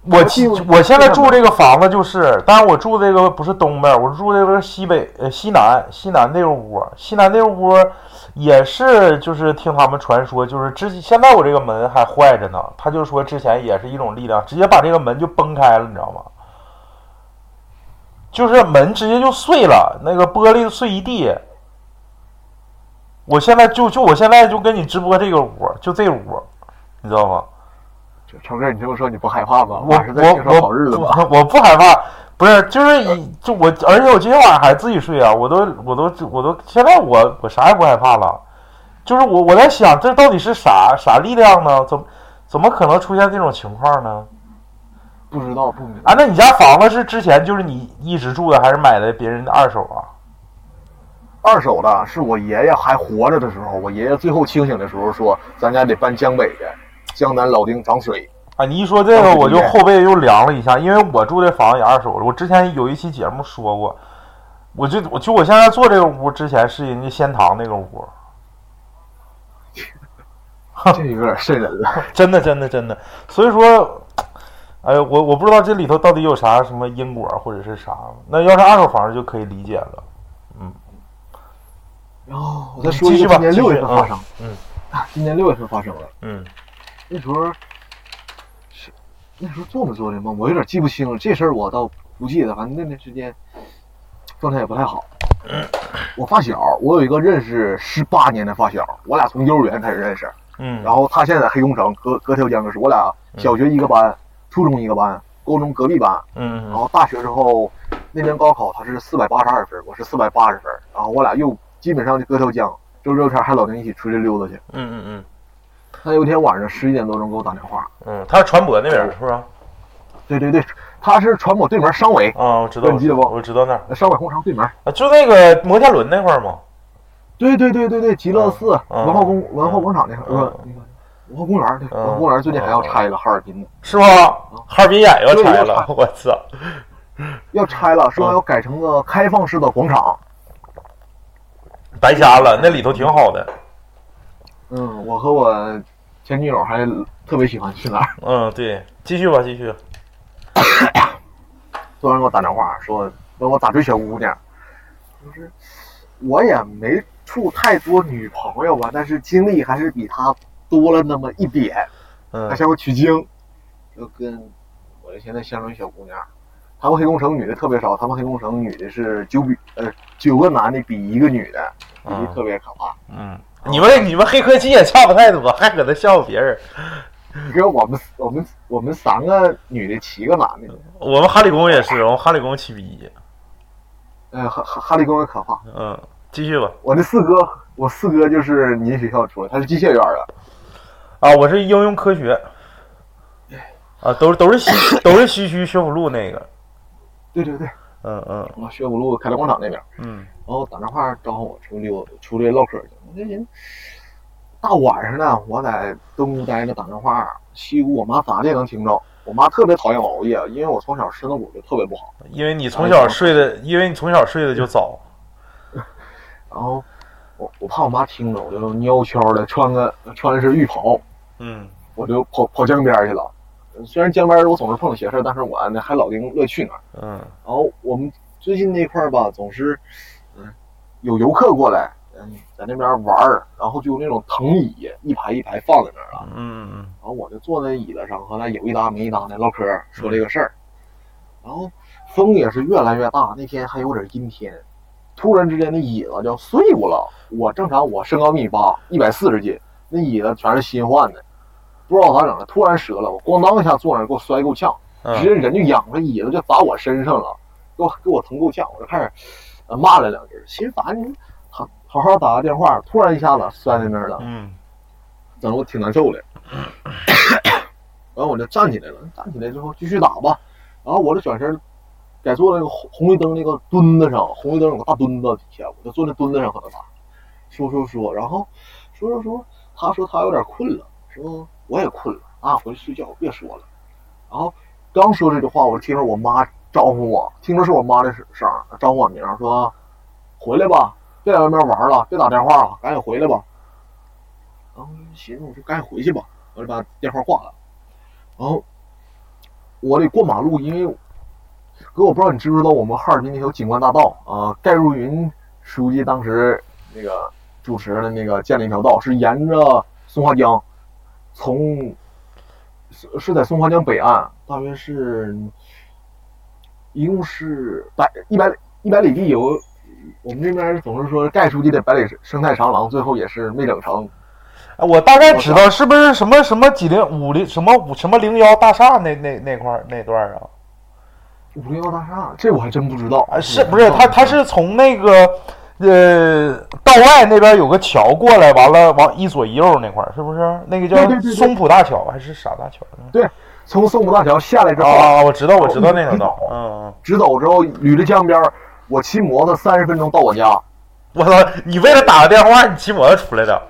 我
我记
记
住
我现在住这个房子就是，当然我住这个不是东边，我住这个西北呃西南西南那个屋，西南那个屋也是就是听他们传说，就是之前现在我这个门还坏着呢，他就说之前也是一种力量，直接把这个门就崩开了，你知道吗？就是门直接就碎了，那个玻璃碎一地。我现在就就我现在就跟你直播这个屋，就这屋，你知道吗？
成哥，你这么说你不害怕吗？
我
是在介绍
我
好日子吧？
我我不害怕，不是就是以就我，而且我今天晚上还自己睡啊，我都我都我都现在我我啥也不害怕了，就是我我在想这到底是啥啥力量呢？怎么怎么可能出现这种情况呢？
不知道不明白。
啊，那你家房子是之前就是你一直住的，还是买的别人的二手啊？
二手的是我爷爷还活着的时候，我爷爷最后清醒的时候说，咱家得搬江北去，江南老丁涨水。
啊，你一说这个，
哦
我就
对
后背又凉了一下，因为我住这房也二手了。我之前有一期节目说过，我就我就我现在做这个屋之前是人家仙堂那个屋，
这有点瘆人了。
真的，真的，真的。所以说，哎，我我不知道这里头到底有啥什么因果或者是啥。那要是二手房就可以理解了。
然后我再说
继
一
续
个
吧
今年六月
哦
份
继续
发生，
嗯
啊，今年六月份发生的。
嗯
那时候是那时候做没做这梦，我有点记不清了。这事儿我倒不记得，反正那段时间状态也不太好。
嗯
我发小，我有一个认识十八年的发小，我俩从幼儿园开始认识，
嗯，
然后他现在在黑龙城，隔隔条江就是我俩小学一个班，初中一个班，高中隔壁班，
嗯
然后大学之后那年高考他是四百八十二分，我是四百八十分，然后我俩又基本上就隔条江，周六天还老能一起出去溜达去。
嗯嗯嗯
他有一天晚上十一点多钟给我打电话，
嗯，他是船舶那边儿是不是？
对对对，他是船舶对门商委，
啊，我知道，
你记得不
我知道那儿，
商委红场对门。
啊就那个摩天轮那块儿嘛。
对对对对对，极乐寺、
嗯
文化宫、文化广场那块儿，
嗯
呃那个文化公园儿，对，
嗯
文化公园儿最近还要拆了，哈尔滨的
是吗？
啊
哈尔滨眼要拆了，我操！
要拆了，说要改成个开放式的广场。
白瞎了，那里头挺好的。
嗯，我和我前女友还特别喜欢去那儿。
嗯，对，继续吧，继续。
突然给我打电话说问我咋追小姑娘，就是我也没处太多女朋友吧，但是经历还是比她多了那么一点。她
嗯
向我取经，就跟我现在相中一小姑娘，他们黑龙城女的特别少，他们黑龙城女的是九比呃九个男的比一个女的，比例
嗯
特别可怕。
嗯，你们你们黑科技也差不太多，还搁那吓唬别人。
你说我们我们我们三个女的，七个男的，
我们哈理工也是，我们哈理工七比一。
呃，哈哈哈利工也可怕。
嗯，继续吧。
我那四哥，我四哥就是您学校出来，他是机械院的，
啊，我是应用科学。啊，都是都是 西都是西区学府路那个。
对对对，
嗯嗯
我学武路开来广场那边。
嗯
然后打电话招呼我出溜出来唠嗑去。我这人大晚上的，我在东屋待着打电话，西屋我妈咋的也能听着。我妈特别讨厌我熬夜，因为我从小身子骨就特别不好。
因为你从小睡
啊
的，因为你从小睡的就早。
然后我我怕我妈听着，我就悄悄的穿个穿的是浴袍，
嗯
我就跑跑江边去了。虽然江边我总是碰到邪事儿，但是我呢还老跟乐去那儿。
嗯
然后我们最近那块儿吧，总是嗯有游客过来，嗯，在那边玩儿，然后就有那种藤椅一排一排放在那儿了。
嗯
然后我就坐在椅子上，和他有一搭没一搭的唠嗑，说这个事儿。然后风也是越来越大，那天还有点阴天，突然之间那椅子就碎过了。我正常我身高米八，一百四十斤，那椅子全是新换的，不知道咋整的，突然折了，我咣当一下坐那儿给我摔够呛，直接
嗯
人就仰着椅子就砸我身上了，给我给我疼够呛，我就开始呃骂了两句，心烦你好好好打个电话，突然一下子摔在那儿了。
嗯
整得我挺难受的。然后我就站起来了，站起来之后继续打吧。然后我就转身，改坐那个红红绿灯那个墩子上，红绿灯有个大墩子底下，我就坐那墩子上和他打，说说说，然后说说说，他说他有点困了，说我也困了，啊，回去睡觉，别说了。然后刚说这句话，我听着我妈招呼我，听着是我妈的声儿，招呼我名儿说回来吧，别在外面玩了，别打电话了，赶紧回来吧。然后嗯寻思我说赶紧回去吧，我就把电话挂了。然后我得过马路，因为哥，我不知道你知不知道我们哈尔滨那条景观大道啊，盖如云书记当时那个主持的那个建了一条道，是沿着松花江，从是是在松花江北岸，大约是一共是百一百一百里地有。我们这边总是说盖书记的百里生态长廊，最后也是没整成，
哎我大概知道是不是什么什么几零五零什么五什么零幺大厦那那那块儿那段儿啊？
五零幺大厦，这我还真不知道
啊，是不是他他是从那个呃道外那边有个桥过来，完了往一左一右那块儿，是不是？那个
对对
叫
对对
松浦大桥还是啥大桥呢？
从松浦大桥下来之
啊
后，
啊，我知道我知道那条道，嗯嗯。
直走之后捋着江边儿，我骑摩托三十分钟到我家。
我操！你为了打个电话，你骑摩托出来的？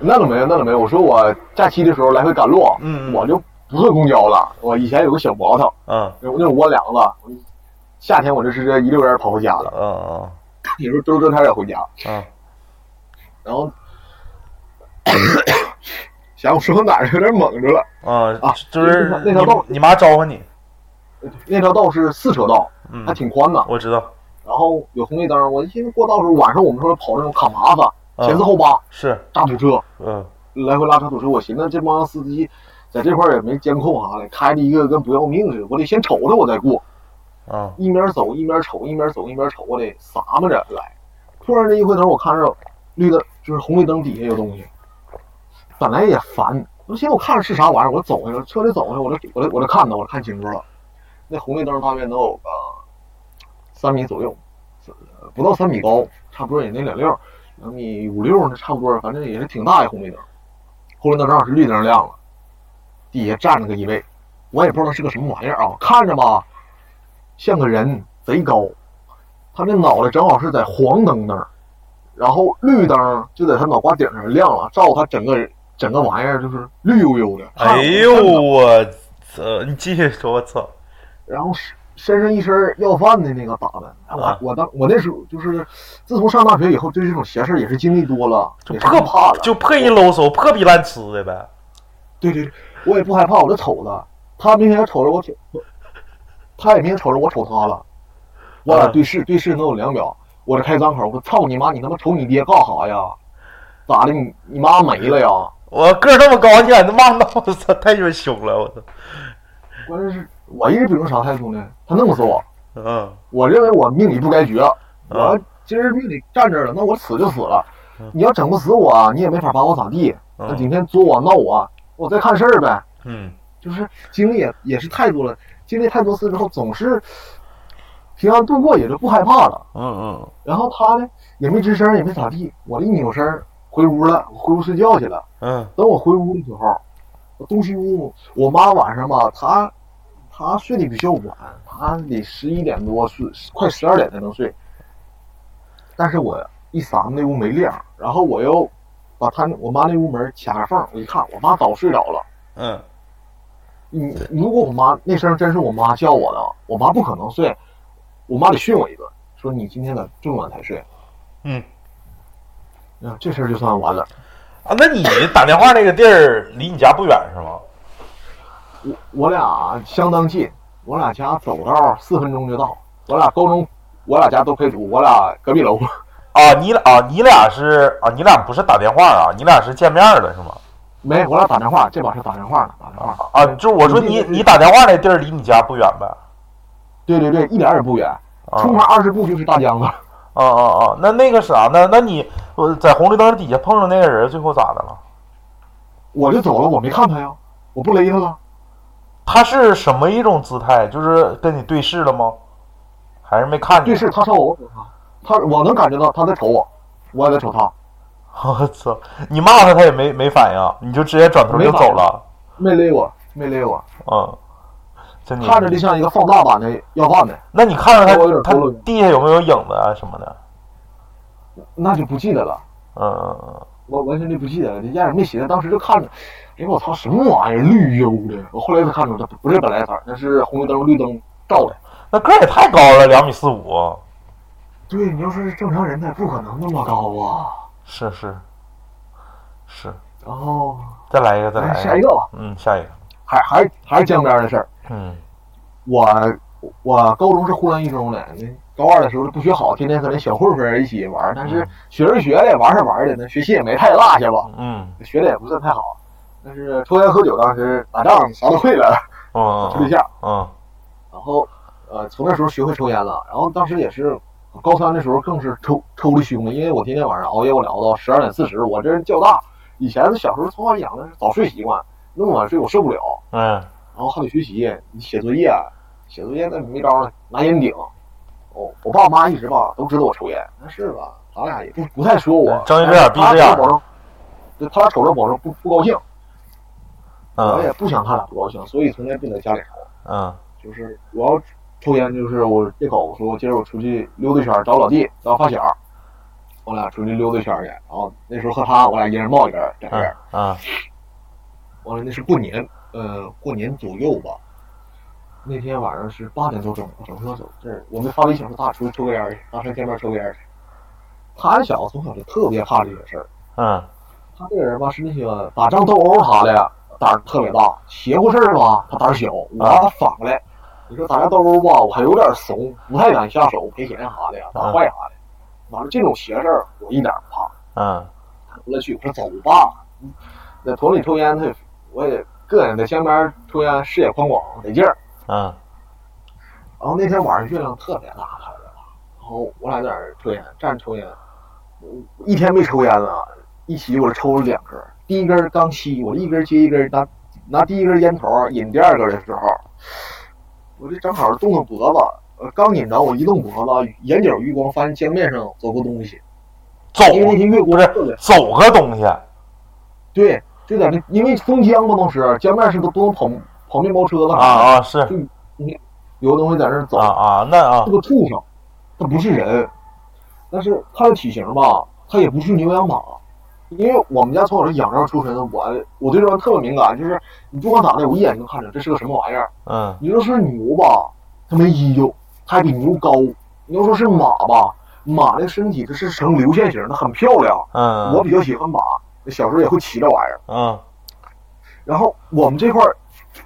那倒没有，那倒没有。我说我假期的时候来回赶路，
嗯嗯
我就不坐公交了。我以前有个小摩托，
嗯
那种窝梁子，夏天我就直接一溜烟儿跑回家了，
嗯
有时候周周天儿也回家。
嗯
然后 想我说到哪儿有点懵着了。
嗯
啊
嗯，就是
那条道
你你妈招呼你，
那条道是四车道，
嗯
还，挺宽的。
我知道，
然后有红绿灯，我寻思过道的时候，晚上我们说跑那种卡麻子，
嗯
前四后八，
是，
大堵车，
嗯
来回拉车堵车。我寻思这帮司机在这块儿也没监控啥的，开着一个跟不要命似的，我得先瞅着我再过，
嗯
一边走一边瞅，一边走一边瞅，我得撒么着来。突然这一回头，我看着绿灯就是红绿灯底下有东西，本来也烦，我寻思我看着是啥玩意儿，我走下去了，车里走下去，我就我就我就看到，我就看清楚了，那红绿灯大约能有个三米左右，呃不到三米高，差不多也那两溜，两米五六呢，差不多，反正也是挺大一红绿灯。红绿灯正好是绿灯亮了，底下站着个一位，我也不知道是个什么玩意儿啊，看着吧，像个人，贼高，他这脑袋正好是在黄灯那儿，然后绿灯就在他脑瓜顶上亮了，照他整个人整个玩意儿就是绿油油啊的。看
哎
着
呦我操！你继续说，我操！
然后身身上一身要饭的那个打扮。哎
啊
我我当我那时候就是，自从上大学以后，对这种邪事儿也是经历多了，
就
也是
破
不怕了。
就破衣搂手，破逼烂吃的呗。
对对，对我也不害怕，我就瞅他，他明显瞅着我挺，
他也没瞅着我瞅他了，我俩对视，对视能有两秒，我这开张口，我操你妈，你他妈瞅你爹干啥呀？咋的？你你妈没了呀？
我个儿那么高，你敢他妈闹？我操，太他妈凶了！我操，
关键是我一直秉承啥态度呢？他弄死我，
嗯
我认为我命里不该绝，我要
嗯
今儿命里站这儿了，那我死就死了
嗯。
你要整不死我，你也没法把我咋地。那
嗯
今天作我闹我，我再看事儿呗。
嗯
就是经历也也是太多了，经历太多次之后，总是平安度过，也就不害怕了。
嗯
然后他呢，也没吱声，也没咋地。我一扭身儿回屋了，我回屋睡觉去了。
嗯
等我回屋的时候，我东西屋，我妈晚上吧，她她睡得比较晚，她得十一点多睡，快十二点才能睡。但是我一嗓子那屋没亮，然后我又把她我妈那屋门卡着缝，我一看，我妈早睡着了。
嗯
你如果我妈那声真是我妈叫我的，我妈不可能睡，我妈得训我一顿，说你今天咋这么晚才睡？
嗯。
啊，这事儿就算完了。
啊，那你打电话那个地儿离你家不远是吗？
我我俩相当近，我俩家走道四分钟就到。我俩高中，我俩家都配组，我俩隔壁楼。
啊，你俩啊，你俩是啊，你俩不是打电话啊，你俩是见面了是吗？
没，我俩打电话，这把是打电话呢，打电话。
啊，就是我说你你打电话那地儿离你家不远呗？
对对对，一点儿也不远，
啊
出门二十步就是大江子。
啊啊啊！那那个啥呢？那你我在红绿灯底下碰上那个人，最后咋的了？
我就走了，我没看他呀，我不勒他了。
他是什么一种姿态？就是跟你对视了吗？还是没看见？
对视，他朝我，我瞅他，他我能感觉到他在瞅我，我也在瞅他。
我操！你骂他，他也没没反应，你就直接转头就走了。
没勒我，没勒我，
嗯，真
看着
的。
就像一个放大版的要饭的，
那你看看
我有点
他，
脱
他
落
地下有没有影子啊什么的？
那就不记得了，
嗯嗯
我完全就不记得了，这眼也没寻思，当时就看着，哎我操，什么玩意儿，绿油的，我后来才看出来，不是本来色儿，那是红绿灯绿灯照的。
嗯，那个儿也太高了，两米四五。
对，你要说是正常人，他也不可能那么高啊。
是是是，
然后，
再来一个，再
来
来
哦下一个吧，
嗯，下一个。
哎还还是还是江边的事儿。
嗯
我我高中是湖南一中的，那高二的时候就不学好，天天和那小混混儿一起玩儿，但是学是学的，玩儿是玩儿的，那学习也没太落下吧。
嗯
学的也不算太好，但是抽烟喝酒，当时打仗啥都会了，
嗯
处对
嗯
象。
嗯
然后，呃，从那时候学会抽烟了。然后当时也是高三的时候，更是抽抽的凶了，因为我天天晚上熬夜，我聊到十二点四十，我这人较大。以前小时候从小养的是早睡习惯，那么晚睡我受不了，
嗯
然后还得学习，你写作业，啊写作业那没招了，拿烟顶。哦，我爸妈一直吧都知道我抽烟，但是吧，咱俩也不不太说我，
睁一只眼闭一只眼
他瞅着，对他瞅着我说不不高兴。我
嗯
也不想他俩不高兴，所以从来不在家里抽。
嗯
就是我要抽烟，就是我这口说，今儿我出去溜达圈儿，找老弟，找发小，我俩出去溜达圈儿去。然后那时候和他，我俩一人冒一根儿，在这
嗯
儿。
嗯
完了，那是过年，呃，过年左右吧。那天晚上是八点多钟，我整车走这儿，我没发微信说咱俩出去抽烟儿去，咱上街边儿抽烟儿去。他这小子从小就特别怕这些事儿，
嗯
他这个人吧是那些打仗斗殴啥的呀，胆儿特别大；邪乎事儿吧，他胆儿小。我
啊
吧反过来，你说打架斗殴吧，我还有点怂，不太敢下手，赔钱啥的呀，打坏啥的。完了这种邪事儿，我一点儿不怕。
嗯
我来去，我说走吧。在屯里抽烟，他也我也膈应，在江边抽烟视野宽广，得劲儿。
嗯
然后那天晚上月亮特别大，看着了。然后我俩在那儿抽烟，站着抽烟，我一天没抽烟了，一吸我抽了两根儿，第一根儿刚吸，我一根接一根儿拿拿第一根烟头儿引第二根儿的时候，我这正好动动脖子，呃，刚引着我一动脖子，眼角余光发现江面上走个东西，
走
因为哦那天月光
不是
特别
走个东西，啊
对，就在那，因为松江嘛，当时江面是都都能跑跑面包车了
啊，啊是
有个东西在那儿走
啊啊那啊
这个畜生，它不是人，但是它的体型吧，它也不是牛羊马，因为我们家从小是养着出身的，我我对这玩意儿特别敏感，就是你不管咋的，我一眼就能看出来这是个什么玩意儿。
嗯
你要说是牛吧，它没犄角，它还比牛高；你要说是马吧，马的身体它是呈流线型的，很漂亮。我
嗯
比较喜欢马，小时候也会骑这玩意儿。
嗯
然后我们这块儿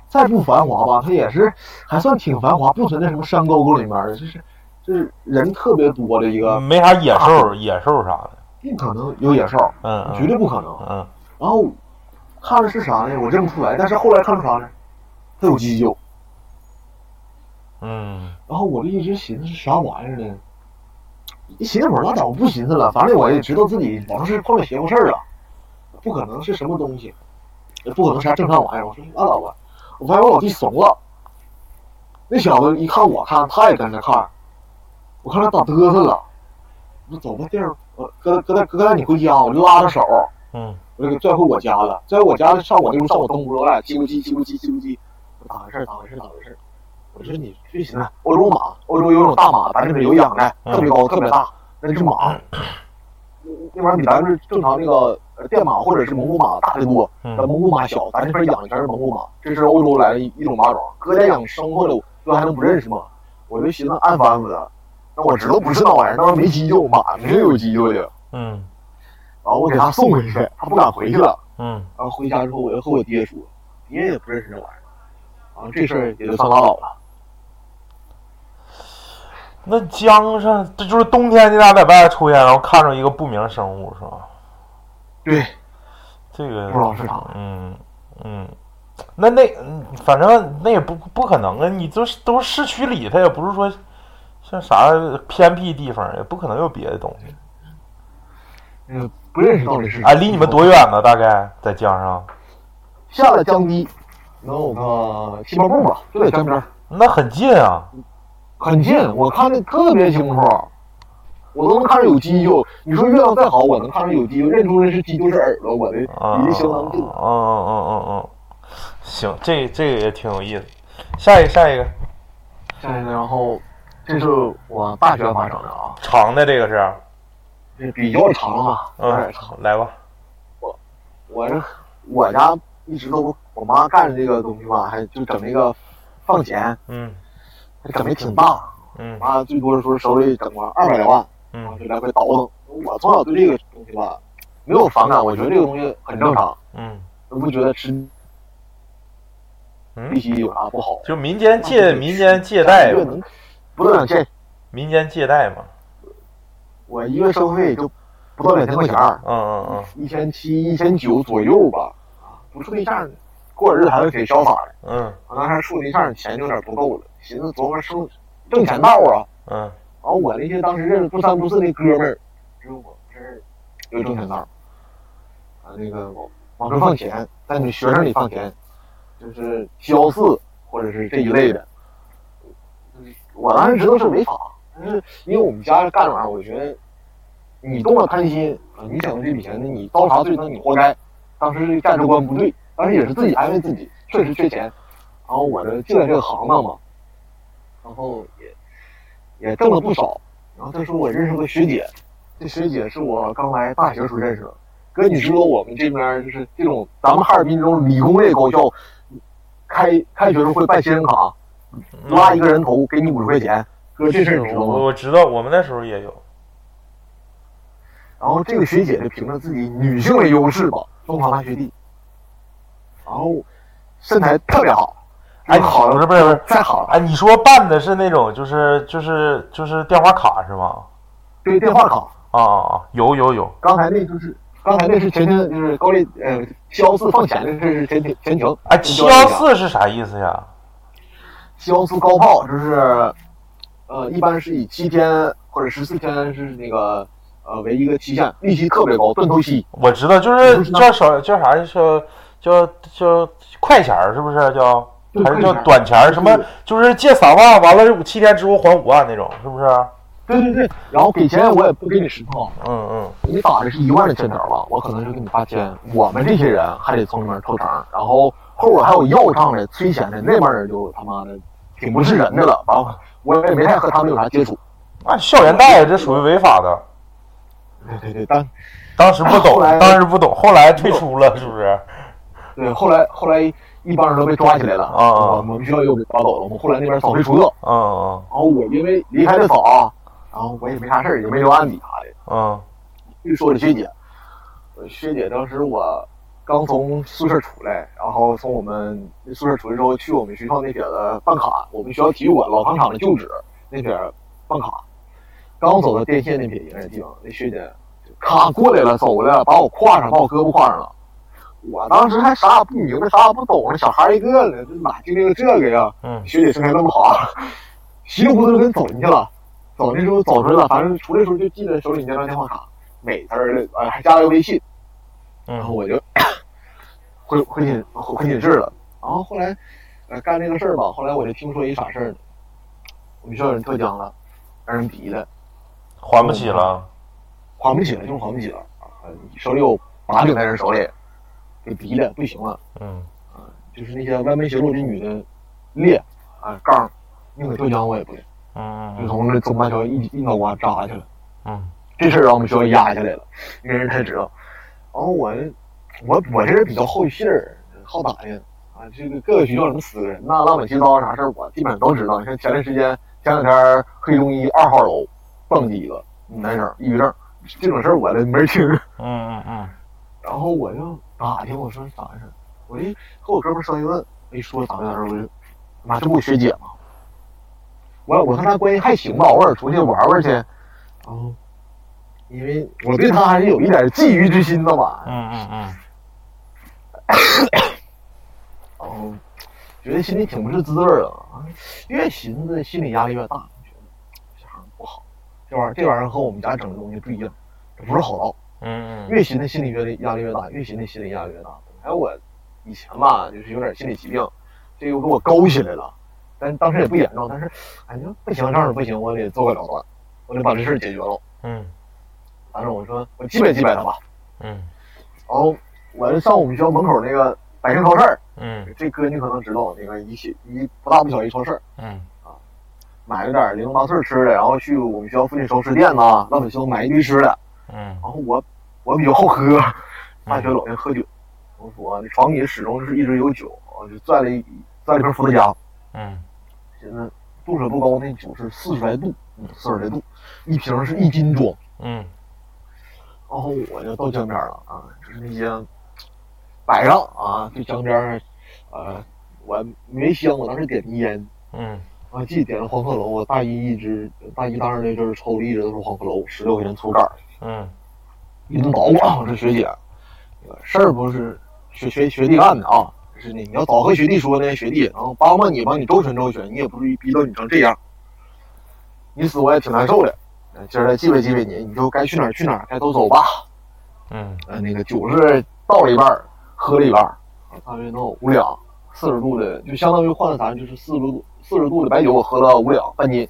再不繁华吧，它也是还算挺繁华，不存在什么山沟沟里面的，就是就是人特别多的一个，
没啥野兽、野兽啥的，
不可能有野兽，
嗯
绝
嗯
对不可能。
嗯，
然后看的是啥呢？我认不出来，但是后来看出啥呢？它有犄角。
嗯，
然后我就一直寻思是啥玩意儿呢？一寻思我拉倒，我不寻思了，反正我也知道自己往是碰到邪乎事儿了，不可能是什么东西，也不可能啥正常玩意儿。我说拉倒吧，我发现我老弟怂了。那小子一看我看，他也跟着看，我看他打嘚瑟了，我说走吧，弟儿，呃我哥哥带哥带你回家，我就拉着手，
嗯，
我就给拽回我家了，拽回我家了，上我那屋上我东屋，我俩叽咕叽叽咕叽叽咕叽，咋回事？咋回事？咋回事？我说你最寻思欧洲马，欧洲有种大马，咱这边有养的，特别高，特别大，那是马，那玩意儿比咱们正常那个呃电马或者是蒙古马大得多，
嗯
咱蒙古马小，咱这边养的全是蒙古马，这是欧洲来的一一种马种，搁家养生活了，这还能不认识吗？我就寻思暗翻翻，那我知道不是那玩意儿，那玩意儿没犄角，马没有啊犄角的，
嗯，
然后我给他送回去，他不敢回去了。
嗯，
然后回家之后，我又和我爹说，爹也不认识这玩意儿，然后这事儿也就算拉倒了。
那江上这就是冬天你俩在外出现，然后看着一个不明生物是吧？
对，
这
不
个
知道是啥。
嗯，嗯，那那嗯反正那也不不可能啊！你都是都是市区里，它也不是说像啥偏僻地方，也不可能有别的东西
嗯，不认识到底是啥
啊。离你们多？远呢？大概在江上，
下了江堤，能有个七八步吧，就在江边儿，
那很近啊。
很近，我看的特别清楚，我都能看着有犄角。你说月亮再好，我能看着有犄角，认出来是犄角是耳朵，我的
啊，
离得相当近。
嗯嗯嗯嗯嗯，行，这这个也挺有意思。下一个下一个
下一个，然后这是我大学发生的啊，
长的这个是，
这比较长啊，有点
嗯
长。，
来吧，
我这我家一直都我妈干这个东西吧，还就整那个放钱，
嗯
还整的挺大。我
嗯
妈最多的时候手里整个二百来万，然后
嗯
就来回倒腾。我从小对这个东西吧没有反感，我觉得这个东西很正常，
嗯，
我不觉得吃
嗯
利息有啥不好。
就民间借民间借贷
一个月
嘛，
能不到两千，
民间借贷嘛，
我一个月收费就不到两千块钱儿，
嗯嗯嗯。
一千七、一千九左右吧，啊不处对象，过日子还是挺潇洒的。
嗯
我那还处对象，钱就有点不够了，寻思琢磨生挣钱道啊。
嗯
然后我那些当时认识不三不四那哥们儿，知道我这儿有挣钱道儿啊，那个往往这放钱，在你学生里放钱，就是交四或者是这一类的。嗯我当时知道是违法，但是因为我们家干这玩意儿，我觉得你动了贪心啊，你想这笔钱，那你遭啥罪，那你活该。当时这价值观不对，当时也是自己安慰自己，确实缺钱。然后我这进了这个行当嘛，然后也也挣了不少。然后他说我认识个学姐，这学姐是我刚来大学时候认识的。哥，你知道我们这边就是这种咱们哈尔滨这种理工类高校，开开学时候会办新人卡，
嗯，
拉一个人头给你五十块钱。哥，这事儿你知道
我
吗？
我知道，我们那时候也有。
然后这个学姐就凭着自己女性的优势吧，疯狂拉学弟，然后身材特别好，
哎，
好
不
了
是不是不是，
再好了，
哎，你说办的是那种就是就是就是电话卡是吗？
对电话卡。
啊啊啊，有有有，
刚才那就是，刚才那是前天就是高丽呃七幺四放钱的事是前啊前前情，
哎，七幺四是啥意思呀？
七幺四高炮就是，呃，一般是以七天或者十四天是那个呃为一个期限，利息特别高，断头息。
我知道，就是叫少叫啥叫叫叫快钱儿是不是叫？
对
还是
快
叫
钱儿
短钱儿？什么
对
就是借三万，完了七天之后还五万那种，是不是？
对对对，然后给钱我也不给你十套，
嗯嗯
你打的是一万的欠条吧，我可能就给你八千。我们这些人还得从里面抽成，然后后边还有要账的、催钱的，那帮人就他妈的挺不是人的了。完后我也没太和他们有啥接触。
那校园贷这属于违法的，
对对对，当
当时不懂
后来，
当时不懂，后来退出了，是不是？
对，后来后来一帮人都被抓起来了
啊啊
我们学校又给抓走了。我们后来那边扫黑除恶，
嗯嗯
然后我因为离开的早，然后我也没啥事儿，也没留案底啥的。
嗯
呃据说我学姐，我学姐当时我刚从宿舍出来，然后从我们宿舍出来之后，去我们学校那边的办卡，我们学校体育馆老糖厂的旧址那边办卡。刚走到电线那边一个地方，那学姐就咔过来了，走来了，把我挎上，把我胳膊挎上了。我当时还啥也不明白，啥也不懂，小孩一个呢，这哪经历了这个呀？
嗯
学姐身材那么好，啊稀里糊涂跟走进去了。走那时候走出来了，反正出来的时候就记得手里那张电话卡，美滋儿的，呃，还加了个微信，然后
嗯
我就回回寝回回寝室了。然后后来，呃，干这个事儿吧，后来我就听说一啥事儿呢，我们学校有人跳江了，让人逼的，
还不起了，
还不起了，就是还不起了，啊，手里有把柄在人手里，给逼的不行了。
嗯
就是那些歪门邪路的女的裂啊杠，宁可跳江我也不练，就
嗯
从那中华桥一一脑瓜扎下去了。
嗯
这事儿让我们学校压下来了，没人太知道。然后我我我这人比较好信儿，好打听啊，这个各个学校什么死人呐、乱七八糟啥事儿，我基本上都知道。你看前段时间前两天儿黑龙一二号楼蹦极一个男生，抑郁症，这种事儿我都没人听。
嗯嗯嗯
然后我就打听，我说咋回事？我这和我哥们儿商议问，一说咋回事，我就妈这不我学姐吗？我我和她关系还行吧，偶尔出去玩玩去。然后，因为我对她还是有一点觊觎之心的嘛。
嗯嗯
然后哦觉得心里挺不是滋味儿的啊，越寻思心理压力越大，觉得这行不好，这玩意儿这玩意儿和我们家整的东西不一样，这不是好道。
嗯嗯
越寻思心理越压力越大，越寻思心理压力越大。本来我以前吧，就是有点心理疾病，这又给我勾起来了，但当时也不严重，但是感觉不行，这样不行，我得做个了断，我得把这事儿解决了。
嗯
反正我说我击败击败他吧，
嗯
然后我就上我们学校门口那个百盛超市儿，
嗯
这哥你可能知道，那个一起一不大不小一超市儿，
嗯
买了点儿零零八碎儿吃的，然后去我们学校附近熟食店呐、辣粉香买一堆吃的，
嗯
然后我我比较好喝，大学老爱喝酒。我说那床底始终是一直有酒，我就攥了一攥了一瓶伏特加。
嗯
现在度数不高，那酒是四十来度，嗯四十来度，一瓶是一斤装。
嗯
然后我就到江边了啊，就是那些摆上啊，就江边儿，呃，我没香，我当时点的烟，
嗯
啊，记得点了黄鹤楼，我大一一直大一大二那阵儿抽的一直都是黄鹤楼，十六块钱粗杆儿。
嗯
一顿捣鼓。我说学姐，那啊个事儿不是学学学弟干的啊，就是你你要早和学弟说呢，学弟然后帮帮你，帮你周旋周旋，你也不至于逼到你成这样。你死我也挺难受的。呃今儿来祭拜祭拜你，你就该去哪儿去哪儿，该走走吧。
嗯
呃，那个酒是倒了一半儿，喝了一半儿，啊大约能有五两，四十度的，就相当于换算咱就是四十度四十度的白酒，我喝了五两半斤，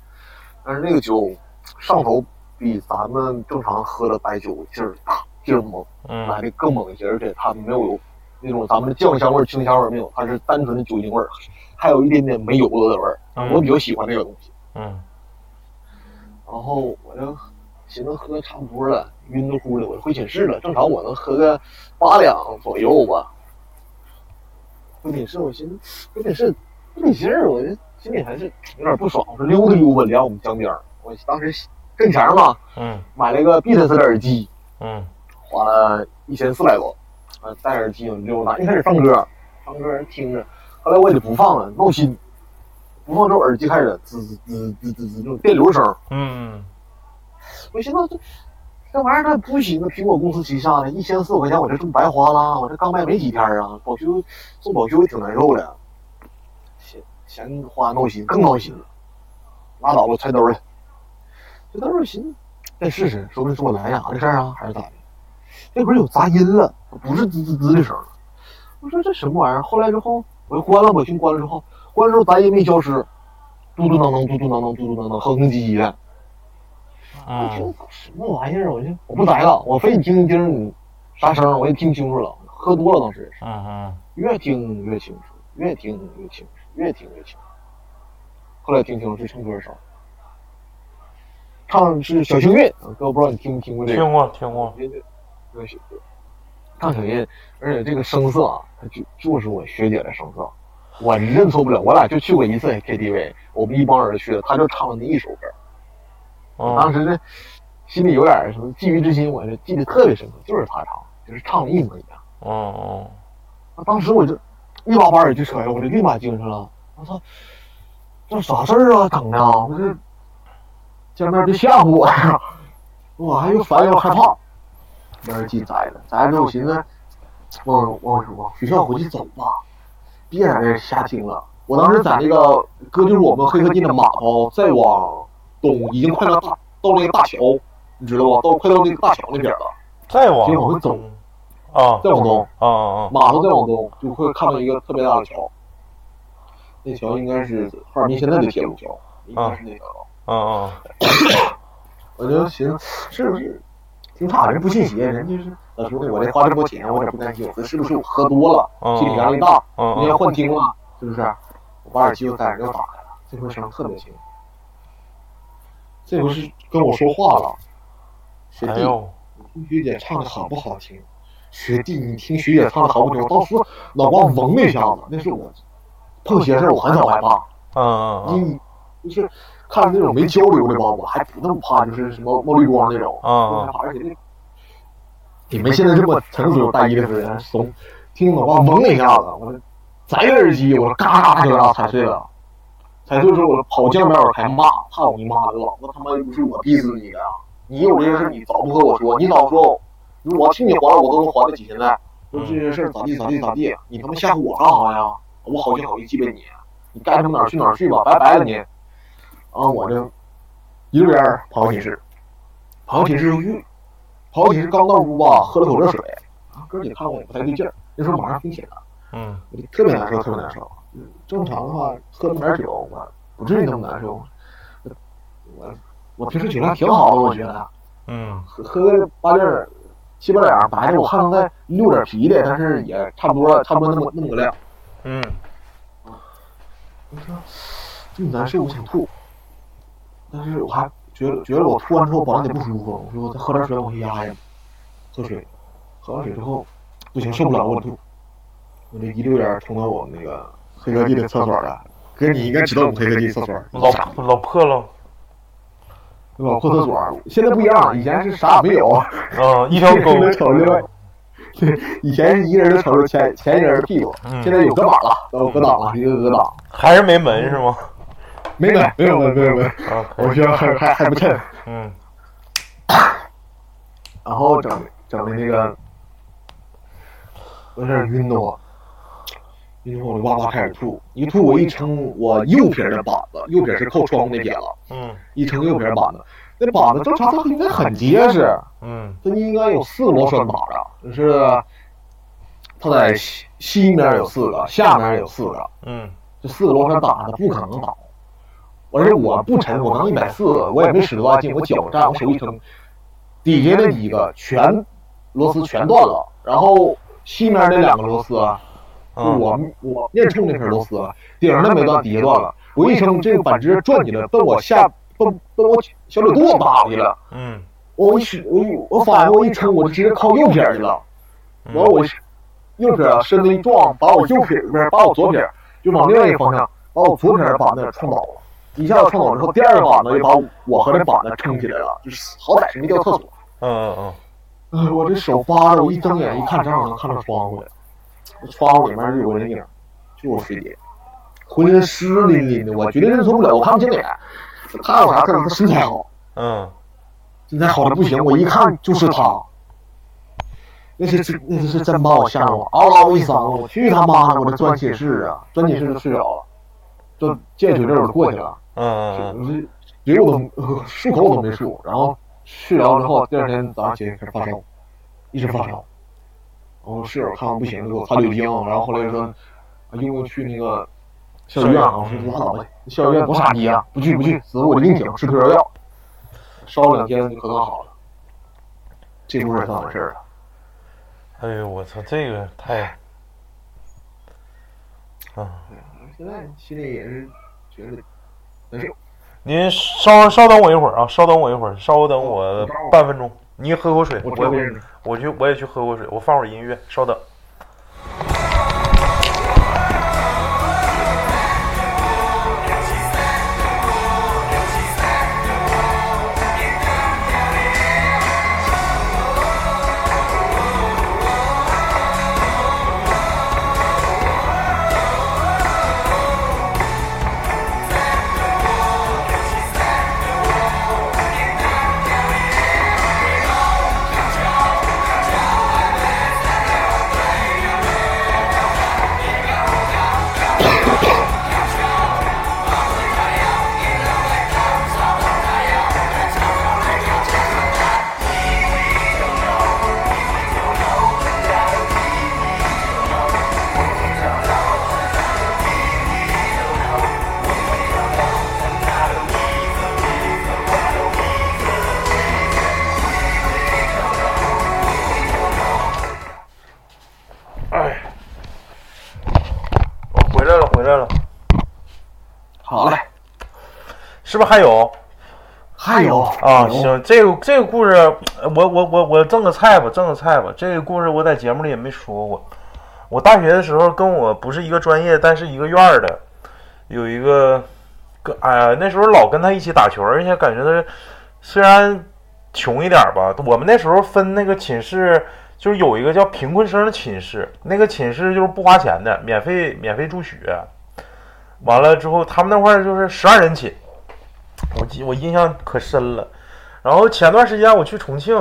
但是那个酒上头比咱们正常喝的白酒劲儿大，劲儿猛。来
嗯
的更猛一些，而且它没有那种咱们的酱香味儿、清香味儿没有，它是单纯的酒精味儿，还有一点点没油子的味儿。
嗯
我比较喜欢这个东西。
嗯
然后我就寻思喝差不多了，晕乎乎的，我就回寝室了。正常我能喝个八两左右吧。回寝室，我寻思回寝室不得劲儿，我就心里还是有点不爽。我说溜达溜达，来我们江边儿。我当时挣钱嘛，
嗯
买了个 Beats 的耳机，
嗯
花了一千四百多，啊，戴耳机我溜达，一开始放歌，放歌听着，后来我也就不放了，闹心，不放之后耳机开始滋滋滋滋滋滋这种电流声，
嗯
我寻思这这玩意儿它不行，苹果公司旗下的，一千四百块钱我这这么白花了，我这刚卖没几天啊，保修送保修也挺难受的，钱钱花闹心，更闹心了，拉倒吧，揣兜里，这兜里寻思再试试，说不定是我蓝牙的事儿啊，还是咋的？那会儿有杂音了，不是滋滋滋的声儿了。我说这什么玩意儿？后来之后我又关了，我心关了之后，关了之后杂音没消失，嘟嘟囔囔，嘟嘟囔囔，嘟嘟囔囔，哼哼唧唧的。我寻
嗯
思什么玩意儿？我就我不嗯来了，我非得听一听你啥声儿，我也听清楚了。喝多了当时也是，
嗯
越听越清楚，越听越清楚，越听越清楚。后来听清楚是唱歌声，唱的是小幸运，哥不知道你听没听过这个？
听过听过，
这个这个学姐唱小音，而且这个声色啊，它就就是我学姐的声色，我认错不了。我俩就去过一次 KTV，我们一帮人去的，她就唱了那一首歌。当
嗯
时这心里有点什么觊觎之心，我是记得特别深刻，就是他唱，就是唱的一模一样。
哦哦，
当时我就一把把耳机扯下，我就立马精神了。我操，这啥事儿啊？整的，我这见面别吓唬我呀！我还又烦又害怕，把耳机摘了。摘了之后，我寻思，我我我学校回去走吧，别在这瞎听了。我当时在那个哥就是我们黑河进的码头，再往东已经快到大到那个大桥，你知道吧？到快到那个大桥那边了，
再往
接着往回走
啊
再往东。
啊啊啊！
码头再往东就会看到一个特别大的桥，那桥应该是哈尔滨现在的铁路桥，应该是那条了。
啊啊！
我就寻思是不是，听他人不信邪，人就是老师傅，我这花这么多钱，我有点不甘心，我哦说是不是我喝多了，
嗯
心理压力大，
嗯
今天幻听了，是不是？我把耳机又戴上又打开了，嗯这回声特别轻，这回是跟我说话了，学
哎
弟。
呦，
学姐唱的好不好听？学弟，你听学姐唱的好不好听？我当时脑瓜嗡的一下子，那是我碰邪事儿，我很少害怕。
嗯嗯
你就是看那种没交流的吧，我还不那么怕，就是什么冒绿光那种
嗯。嗯
我怕而且那你们现在这么成熟大一的人，怂，听脑瓜哦嗡的一下子，我摘个耳机，我嘎嘎就给它踩碎了。踩碎之后，我跑江边，我还骂，操你妈的，老子他妈又不是我逼死你的呀！你有这些事儿，你早不和我说，你早说，你说我替你还，我都能还得起。现在说这些事儿咋地咋地咋地，嗯你他妈吓唬我干啥呀？啊我好心好意记着你，啊你该他妈哪儿去哪儿去吧，拜拜了你。啊，我就一溜烟儿跑到寝室，跑到寝室又去，跑到寝室刚到屋吧，喝了口热水，啊，哥你看我也不太对劲儿，那时候马上风险了，
嗯
我就特别难受，特别难受。嗯正常的话，喝那么点儿酒，我不至于那么难受。我我我平时酒量挺好的，我觉得。
嗯
喝喝个八粒儿、七八两儿白的，我看能在六点啤的，但是也差不多，差不多那么那么个量。
嗯
我说这么难受，我想吐，但是我还觉得觉得我吐完之后保证得不舒服，我说我再喝点水我压压，喝水，喝完水之后不行受不了我吐，我就一溜烟儿冲到我们那个黑科技的厕所了。哥，你应该知道我们黑科技厕所
老老破了，
老破厕所，现在不一样，以前是啥也没 有，
嗯，一条
一
狗
个，人瞅另外，对， 以前是一个人瞅着前前一个人的屁股，
嗯
现在有隔板了，啊有隔挡了，一个隔挡，
还是没门是吗？
没门，没有门，没有门，
啊，
我觉得还还还不趁。
嗯
然后整整的那个，我有点晕的我，晕的我就哇哇开始吐，一吐我一撑我右撇的板子，右撇是靠窗户那边了，
嗯
一撑右撇板子，那板子正常它应该很结实，
嗯
它应该有四个螺栓把子，啊就是它在西西面有四个，下面有四个，
嗯
这四个螺栓打的不可能倒。而且我不沉，我刚一百四，我也没使多大劲，我脚站，我手一撑，底下那几个全螺丝全断了，然后西面那两个螺丝啊，就
嗯
我我面冲那片螺丝啊，顶上的没断，底下断了，我一撑，这个板直接转起来，奔我下奔奔我小腿肚子打过去了。
嗯，
我一使我一我反应我一撑，我就直接靠右撇儿去了。完嗯我是右撇儿身子一撞，把我右撇不是把我左撇儿就往另外一个方向，把我左撇儿板子撞倒了。一下子撞倒之后，第二个板子就把我和那板子撑起来了，就是好歹是没掉厕所。
嗯嗯
哎，我这手扒着，我一睁眼一看，正好能看到窗户了。窗户里面就有个人影，就是我学姐，浑身湿淋淋的，我绝对认错不了，我看不清脸。他有啥事儿？他身材好。
嗯
身材好的不行，我一看就是他。那是真，那是真把我吓着了，嗷嗷一嗓子，我去他妈的，我这钻寝室啊，钻寝室就睡着了，就见血这我就过去了，
嗯
嘴啊我都呃漱口我都没漱，然后睡着之后，第二天早上起来开始发烧，一直发烧。然后室友看我不行，就给我擦酒精，然后后来就说，啊用不用去那个校医院啊？我说拉倒吧，校医院多傻逼啊，不去不去，死我就硬挺，吃退烧药，烧了两天就可能好了。这故事算完事儿了。啊
哎呦我操，这个太
啊现在心里也是觉得难受。
您稍稍等我一会儿啊，稍等我一会儿，稍等我半分钟。您喝口水，
我
我
这边
也我去我也去喝口水，我放会儿音乐，稍等。回来了，
好嘞，
是不是还有
哎
还有
啊？
哦
有
行，这个这个故事，呃我我我我挣个菜吧，挣个菜吧。这个故事我在节目里也没说过。我大学的时候跟我不是一个专业，但是一个院儿的，有一个跟哎呀，那时候老跟他一起打球，而且感觉他虽然穷一点儿吧，我们那时候分那个寝室，就是有一个叫贫困生的寝室，那个寝室就是不花钱的，免费免费住宿。完了之后，他们那块儿就是十二人寝，我记我印象可深了。然后前段时间我去重庆，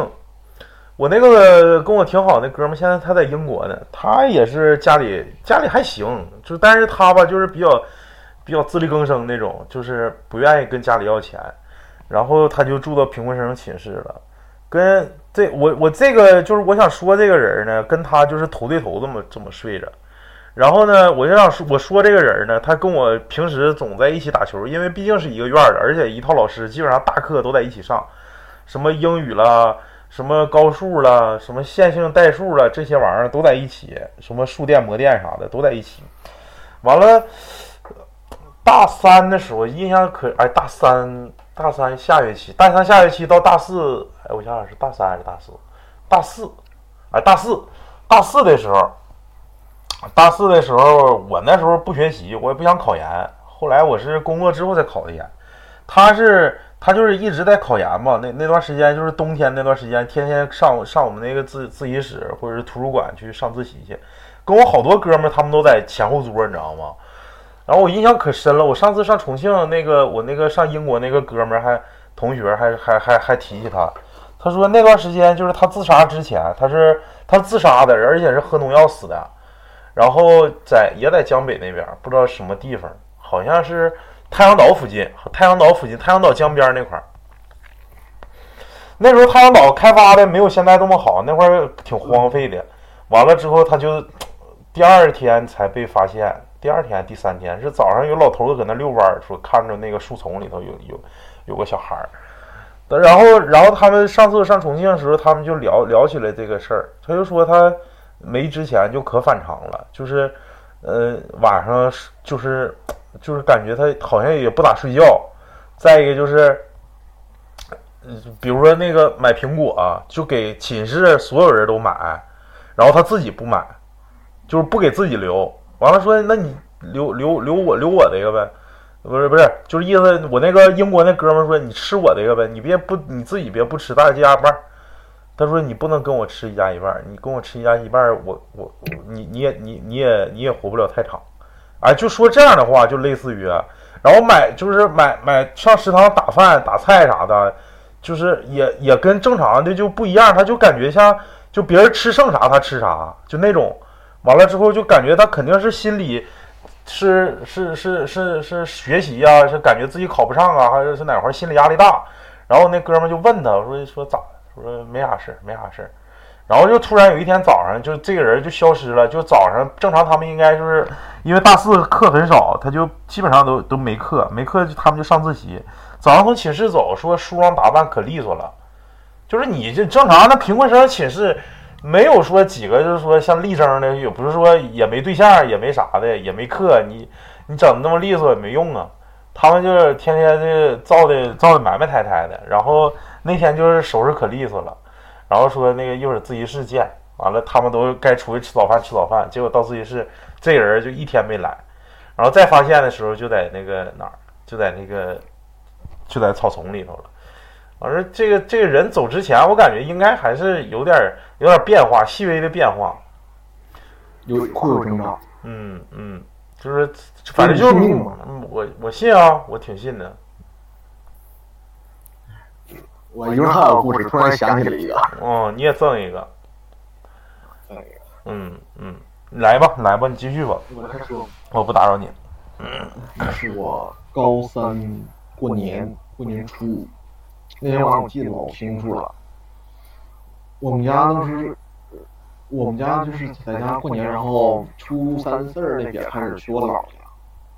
我那个跟我挺好的哥们儿，现在他在英国呢，他也是家里家里还行，就但是他吧就是比较比较自力更生那种，就是不愿意跟家里要钱，然后他就住到贫困生寝室了。跟这我我这个就是我想说这个人呢，跟他就是头对头这么这么睡着。然后呢，我就想说，我说这个人呢，他跟我平时总在一起打球，因为毕竟是一个院儿的，而且一套老师，基本上大课都在一起上，什么英语啦，什么高数啦，什么线性代数啦，这些玩意儿都在一起，什么数电、模电啥的都在一起。完了，大三的时候印象可哎，大三大三下学期，大三下学期到大四，哎，我想想是大三还是大四？大四，哎，大四，大四的时候，大四的时候，我那时候不学习，我也不想考研。后来我是工作之后才考的研。他是他就是一直在考研嘛，那那段时间就是冬天那段时间，天天上我上我们那个自自习室或者是图书馆去上自习去。跟我好多哥们儿他们都在前后桌，你知道吗？然后我印象可深了，我上次上重庆那个我那个上英国那个哥们儿还同学还还还还提起他，他说那段时间就是他自杀之前，他是他自杀的，而且是喝农药死的。然后在也在江北那边，不知道什么地方，好像是太阳岛附近，太阳岛附近，太阳岛江边那块儿。那时候太阳岛开发的没有现在这么好，那块儿挺荒废的。完了之后，他就第二天才被发现，第二天、第三天是早上有老头子搁那遛弯儿，说看着那个树丛里头有有有个小孩儿。然后，然后他们上次上重庆的时候，他们就聊聊起来这个事儿，他就说他没之前就可反常了，就是，呃，晚上是就是就是感觉他好像也不咋睡觉，再一个就是，呃比如说那个买苹果啊、就给寝室所有人都买，然后他自己不买，就是不给自己留，完了说那你留留留我留我的一个呗。不是不是，就是意思我那个英国那哥们儿说你吃我的一个呗，你别不你自己别不吃，大家加一半儿。他说你不能跟我吃一家一半儿，你跟我吃一家一半儿，我我我你你也你你也你也活不了太长，哎，就说这样的话，就类似于，啊然后买就是买买上食堂打饭打菜啥的，就是也也跟正常的就不一样，他就感觉像就别人吃剩啥他吃啥，就那种，完了之后就感觉他肯定是心里。是是是是是学习呀、是感觉自己考不上啊，还是是哪块儿心理压力大？然后那哥们儿就问他说说咋？说没啥事儿，没啥事儿。然后就突然有一天早上，就这个人就消失了。就早上正常他们应该就是因为大四课很少，他就基本上都都没课，没课就他们就上自习。早上从寝室走，说梳妆打扮可利索了，就是你这正常那贫困生寝室。没有说几个，就是说像力争的，也不是说也没对象，也没啥的，也没课，你你整的那么利索也没用啊。他们就是天天的造的造的埋埋汰汰的，然后那天就是收拾可利索了，然后说那个一会儿自习室见，完了他们都该出去吃早饭吃早饭，结果到自习室这个人就一天没来，然后再发现的时候就在那个哪儿，就在那个就在草丛里头了。完了，这个这个人走之前，我感觉应该还是有点儿有点儿变化，细微的变化。
有会有征兆，
嗯嗯，就是反正就
你信吗
嗯我我信啊，我挺信的。
我一会儿还有故事，突然想起了一个，
哦，你也赠一个。
赠一
嗯嗯，你来吧，你来吧，你继续吧，
我开始说，
我不打扰你。
是我高三过年过年初五那天晚上，我记得老清楚了。我们家当时，我们家就是在家过年，然后初三四儿那点儿开始去我姥姥家，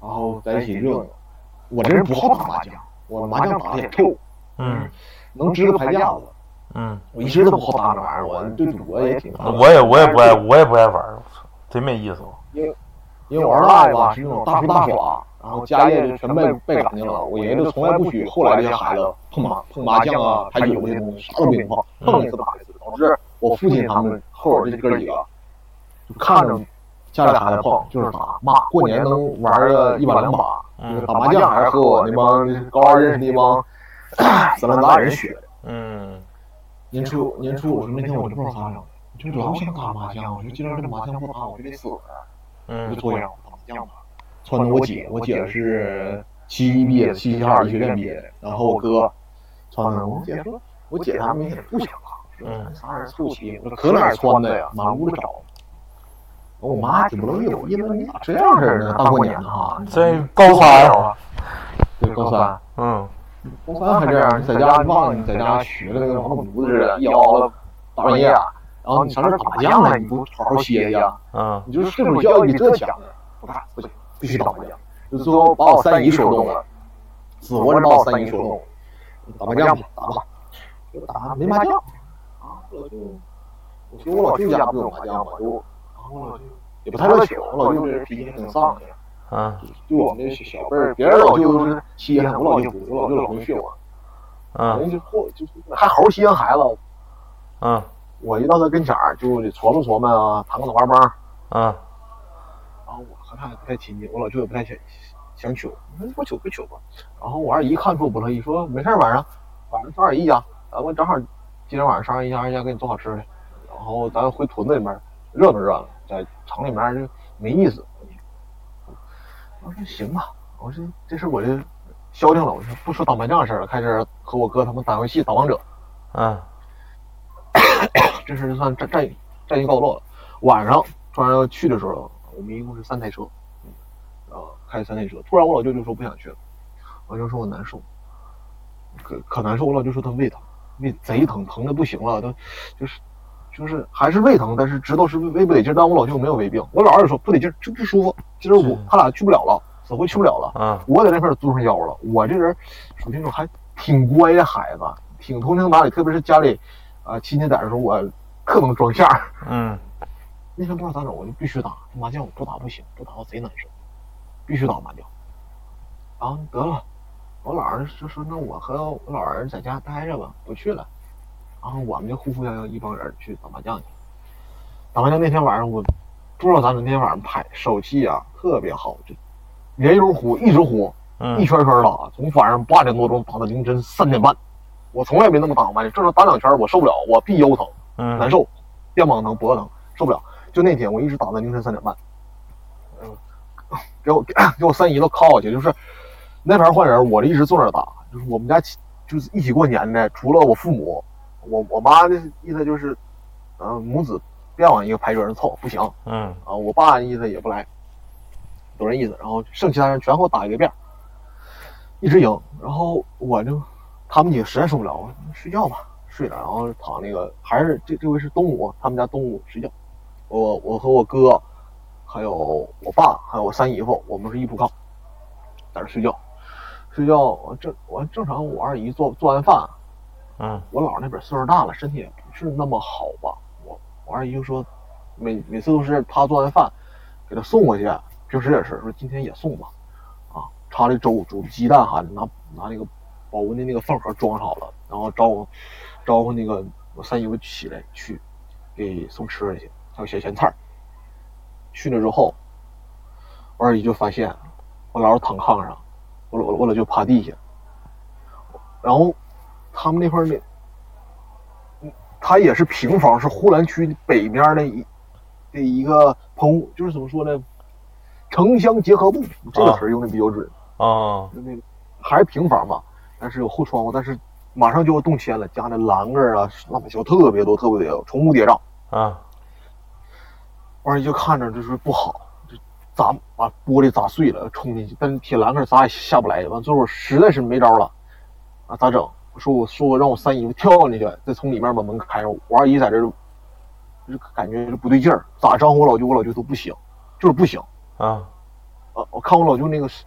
然后在一起热闹。我这人不好打麻将，我麻将打的也臭，
嗯
能支个牌架子。
嗯，
我一直都不好打那玩意儿，我对赌博也挺麻烦。
我也我也不爱，我也不爱玩儿，我操，真没意思。
因为我二大爷吧是那种大吹大耍，然后家业就全败败干净了。我爷爷就从来不许后来这些孩子碰麻碰麻将啊、台球这些东西，啥都别碰，碰一次打一次，导致我父亲他们后边这哥几个就看着家里孩子碰就是打骂，过年能玩个一把两把，就是
嗯
打麻将还是和我那帮高二认识那帮散乱大人学的。
嗯
年初年初我说那天我就不知道咋整的，我就老想打麻将，我就今儿这麻将不打我就得死了，我
嗯
就坐下我打麻将吧。撺掇我姐，我姐是七一毕业的，七七二医学院毕业的，然后我哥撺掇我，我姐说，我姐他们也不想打，说咱仨人凑齐，我说可哪儿穿的呀，满屋子找。我妈挺不乐意，我一问你咋这样式儿呢？大过年的哈，
这高三啊，
对高三，
嗯
高三还这样，你在家忘了你在家学的跟老犊子似的，一熬到大半夜，然后你上这儿打麻将了，你不好好歇一下？
嗯
你就是睡不觉比这强呢？不打不行，必须打麻将。就最后把我三姨说动了，死活是把我三姨说动了。打麻将吧，打吧。我打没麻将啊，我老舅，我说我老舅家不有麻将吗？就然后我老舅也不太乐球，我老舅这人脾气还挺丧的。
嗯
就我们这小辈儿，别人老舅都是稀罕，我老舅不是，我老舅老会训我。
嗯
人就后就是还猴稀罕孩子，
嗯
我一到他跟前儿就得琢磨琢磨啊，弹个脑瓜帮。
嗯
然后我和他也不太亲近，我老舅也不太想想求，我说不求不求吧。然后我二姨看出我不乐意，说没事儿，晚上晚上上二姨家，咱们正好今天晚上上二姨家，二姨家给你做好吃的，然后咱回屯子里面热闹热闹，在城里面就没意思。我说行吧，我说这事儿我就消停了，我说不说打麻将的事儿了，开始和我哥他们打游戏打王者。
嗯
这事儿就算战战战绩告落了。晚上突然要去的时候，我们一共是三台车，嗯，啊，开三台车。突然我老舅就说不想去了，我就说我难受，可可难受。我老舅说他胃疼，胃贼疼，疼的不行了，都就是就是还是胃疼，但是知道是胃不得劲儿，但我老舅没有胃病。我老二也说不得劲儿，就不舒服。今儿我
是
他俩去不了了，死活去不了了。
嗯
我在那块儿租上腰了。我这人属于那种还挺乖的孩子，挺通情达理，特别是家里啊、呃亲戚在的时候，我特能装相儿。
嗯
那天不知道咋整，我就必须打这麻将，我不打不行，不打我贼难受，必须打麻将。然后得了，我老儿就说那我和我老儿在家待着吧，不去了。然后我们就呼呼悠悠一帮人去打麻将去。打麻将那天晚上我不知道咋整，那天晚上拍手气啊特别好，就连一直胡一直胡，一
嗯
圈圈打，从晚上八点多钟打到凌晨三点半。我从来没那么打过麻将，正常打两圈我受不了，我臂腰疼。
嗯，
难受，肩膀疼，脖子疼，受不了。就那天我一直打到凌晨三点半，嗯，给 我给我三姨都铐过去，就是那盘换人，我一直坐那儿打，就是我们家起就是一起过年的，除了我父母，我我妈的意思就是，嗯、母子别往一个牌桌上凑，不行啊、
嗯
我爸意思也不来，懂人意思。然后剩其他人全给我打一个遍儿，一直赢。然后我就他们也实在受不了，我说睡觉吧，睡了，然后躺那个还是这这回是东午，他们家东午睡觉。我我和我哥，还有我爸，还有我三姨夫，我们是一铺炕，在这睡觉。睡觉，我正我正常，我二姨做做完饭，
嗯
我姥儿那边岁数大了，身体也不是那么好吧。我我二姨就说，每每次都是她做完饭，给她送过去。平时也是说今天也送吧，啊，插那粥煮鸡蛋啥的，拿拿那个保温的那个饭盒装好了，然后招呼招呼那个我三姨夫起来去给送吃的去，还有小咸菜儿。去了之后，我二姨就发现我姥姥躺炕上，我老我老舅趴地下，然后他们那块儿那它也是平房，是呼兰区北边的一的一个棚户，就是怎么说呢，城乡结合部这个词儿用的比较准，
啊
就那个还是平房吧，但是有后窗户，但是马上就要动迁了，家的栏杆儿啊、那么小特别多，特别多，重复叠嶂。
啊
完了就看着就是不好，就砸把玻璃砸碎了，冲进去，但是铁栏杆砸也下不来。完最后实在是没招了，啊咋整？我说我说我让我三姨夫跳进去，再从里面把门开上。我二姨在这儿就感觉就不对劲儿，咋招呼我老舅，我老舅都不行，就是不行。
啊
啊，我看我老舅那个是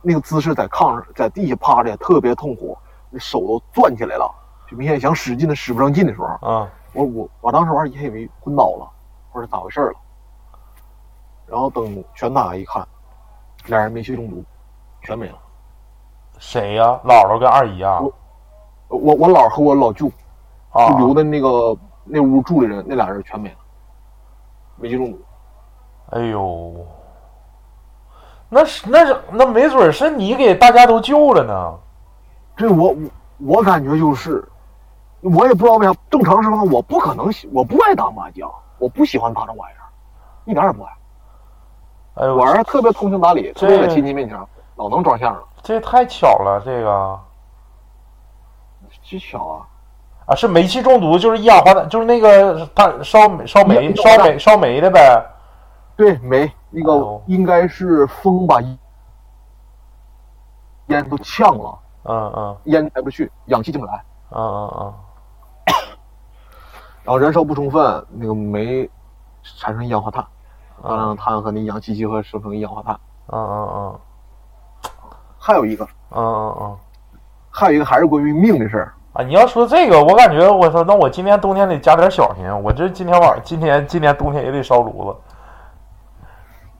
那个姿势在炕上在地下趴着，特别痛苦，那手都攥起来了，就明显想使劲的使不上劲的时候。
啊
我我我当时我二姨还以为昏倒了，或者咋回事儿了。
然后等全打一看，俩人煤气中毒，全没了。
谁呀、姥姥跟二姨啊？
我我姥和我老舅
啊，
就留的那个那屋住的人，那俩人全没了，煤气中毒。
哎呦，那是那是那没准儿是你给大家都救了呢。
这我我我感觉就是，我也不知道为啥，正常情况我不可能喜，我不爱打麻将，我不喜欢打这玩意儿，一点儿也不爱。
哎呦，
我儿子啊特别通情达理，特别在亲戚面前老能装相声，
这太巧了，这个啊
这巧啊！
是煤气中毒，就是一氧化碳，就是那个大烧煤烧煤
一氧化
烧
碳
煤烧煤的呗。
对，没那
哎
个
呦
应该是风把烟都呛了，
嗯嗯
烟排不去，氧气进不来，
嗯嗯嗯，
然后燃烧不充分，那个煤产生一氧化碳，大量的碳和那氧气结合生成一氧化碳。
嗯嗯嗯
还有一个，
嗯嗯嗯。
还有一个还是关于命的事儿。
啊，你要说这个，我感觉我操，那我今年冬天得加点小心。我这今天晚今天今年冬天也得烧炉子。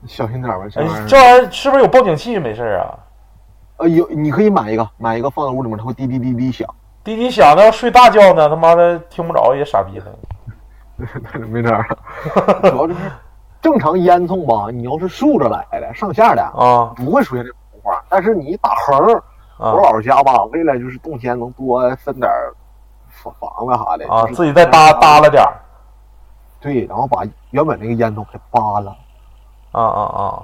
小心点儿吧，这
哎
玩意，儿
这。玩意儿是不是有报警器？没事儿啊，
呃，有你可以买一个，买一个放在屋里面，它会滴滴滴滴响，
滴滴响，那要睡大觉呢，他妈的听不着也傻逼了。
没这样儿。啊主要就是正常烟囱吧，你要是竖着来的、上下的，
啊
不会出现这种情况。但是你一打横儿，我
啊
姥姥家吧，为了就是冬天能多分点儿房房子啥的
啊！
就是
自己再搭
嗯
搭了点儿。
对，然后把原本那个烟囱给扒了，
啊啊啊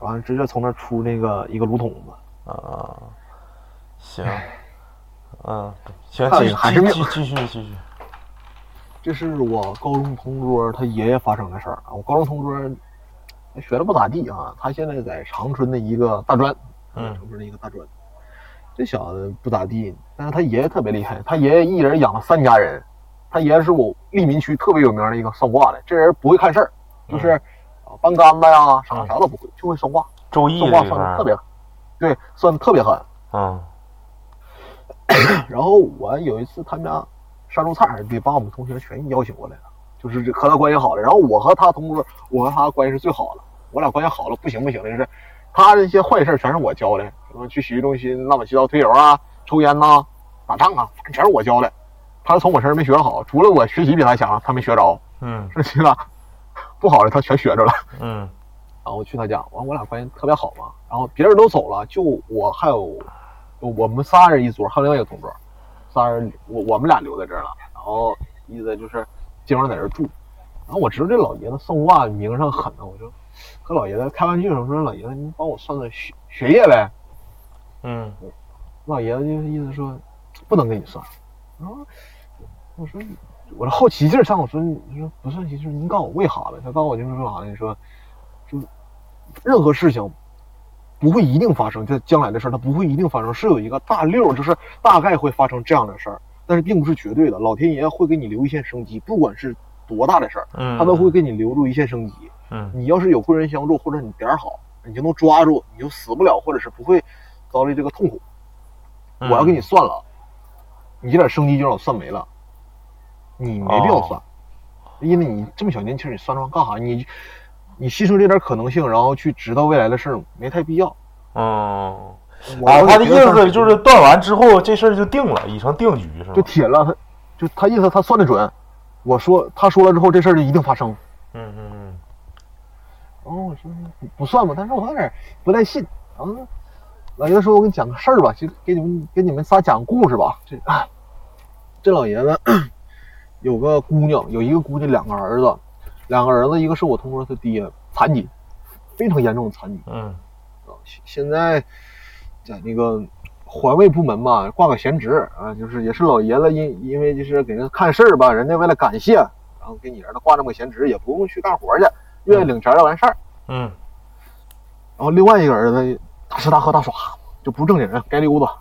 完了直接从那儿出那个一个炉筒子。
啊啊！行，嗯，行，
哎
继
呀还
续
是命
继续继续继续。
这是我高中同桌他爷爷发生的事儿啊。我高中同桌哎学的不咋地啊，他现在在长春的一个大专，
嗯
长春的一个大专。这小子不咋地，但是他爷爷特别厉害，他爷爷一人养了三家人。他爷爷是我利民区特别有名的一个算卦的，这人不会看事儿，就是
嗯
啊搬杆子呀啥啥都不会，就会算卦，
周易
算
这
卦
块
算的特
儿，
别，对，算的特别狠。
嗯
然后我有一次他们家杀猪菜儿得把我们同学全邀请过来了，就是这和他关系好的。然后我和他同桌，我和他关系是最好的，我俩关系好了不行不行的，就是他这些坏事儿全是我教的，什么去洗浴中心乱七八糟推油啊、抽烟呐、打仗啊，反正全是我教的。他从我身上没学好，除了我学习比他强，他没学着，
嗯
剩下的不好的他全学着了。
嗯
然后去他家，完我俩关系特别好嘛。然后别人都走了，就我还有我们仨人一桌，还有另外一个同桌，仨人我我们俩留在这儿了。然后意思就是今晚在这儿住。然后我知道这老爷子算卦名上狠啊呢，我就和老爷子开玩笑说：“老爷子，你帮我算算学学业呗。”
嗯
老爷子就是意思说不能给你算。然后我说我这好奇劲儿上，我说你你说不算奇劲儿，你告诉我为啥了？他告诉我就是说啥呢？说说任何事情不会一定发生，就将来的事儿它不会一定发生，是有一个大溜儿，就是大概会发生这样的事儿，但是并不是绝对的。老天爷会给你留一线生机，不管是多大的事儿，
嗯，
他都会给你留住一线生机。
嗯
你要是有贵人相助，或者你点儿好，你就能抓住，你就死不了，或者是不会遭遇这个痛苦。
嗯
我要给你算了，你这点生机就让我算没了，你没必要算，
哦
因为你这么小年轻，你算这玩意儿干啥？你你牺牲这点可能性，然后去知道未来的事儿，没太必要。
嗯。
我
啊，
我
他的
觉
意
得当
思
时
就是断完之后这事儿就定了，已成定局是
就
吗？
铁了，他就他意思他算的准。我说他说了之后，这事儿就一定发生。
嗯嗯嗯。
然后我说不算吧，但是我有点不太信。然后老爷子说：“我给你讲个事儿吧，就给你们给你们仨讲个故事吧。这”这老爷子 有个姑娘，有一个姑娘，两个儿子，两个儿子，一个是我同桌他爹，残疾，非常严重的残疾。
嗯
啊现现在在那个环卫部门吧，挂个闲职啊，就是也是老爷子因因为就是给人看事儿吧，人家为了感谢，然后给你儿子挂这么个闲职，也不用去干活去，愿意领钱儿就完事儿。
嗯
然后另外一个儿子大吃大喝大耍，就不是正经人，该溜达。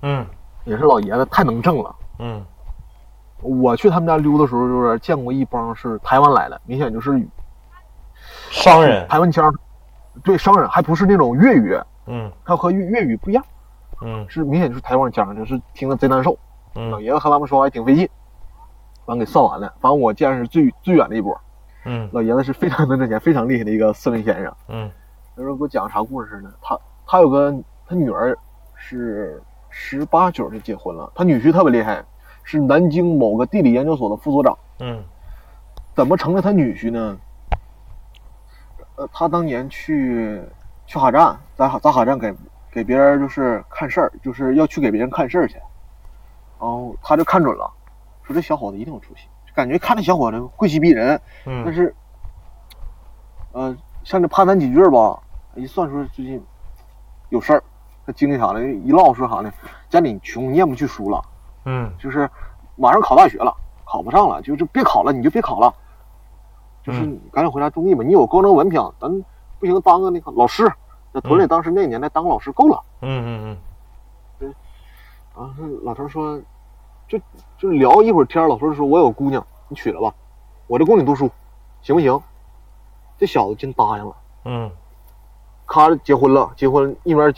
嗯
也是老爷子太能挣了。
嗯
我去他们家溜达的时候，就是见过一帮是台湾来的，明显就是
商人。
台湾腔儿，对商人，还不是那种粤语，
嗯
他和粤粤语不一样，
嗯
是明显就是台湾腔儿，就是听着贼难受。老
嗯
哎爷子和他们说话还挺费劲，完给算完了。反正我见识最最远的一波，
嗯
老爷子是非常能挣钱、非常厉害的一个司令先生。
嗯
那时候给我讲啥故事呢？他他有个他女儿是十八九就结婚了，他女婿特别厉害，是南京某个地理研究所的副所长。
嗯
怎么成了他女婿呢？呃，他当年去去哈站，在哈在哈站给给别人就是看事儿，就是要去给别人看事儿去，然后他就看准了，说这小伙子一定有出息，感觉看这小伙子贵气逼人，但
嗯
是，呃，像这攀谈几句儿吧，一算说最近有事儿，他经历啥了？一唠说啥呢？家里穷，念不去书了，
嗯
就是马上考大学了，考不上了，就是别考了，你就别考了，就是
嗯
赶紧回家种地吧。你有高中文凭，咱不行当个那个老师，在屯里当时那个年代当个老师够了。
嗯嗯
然后老头说，就就聊一会儿天儿，老头说我有姑娘，你娶了吧，我这供你读书，行不行？这小子真答应了，
嗯
咔结婚了，结婚一边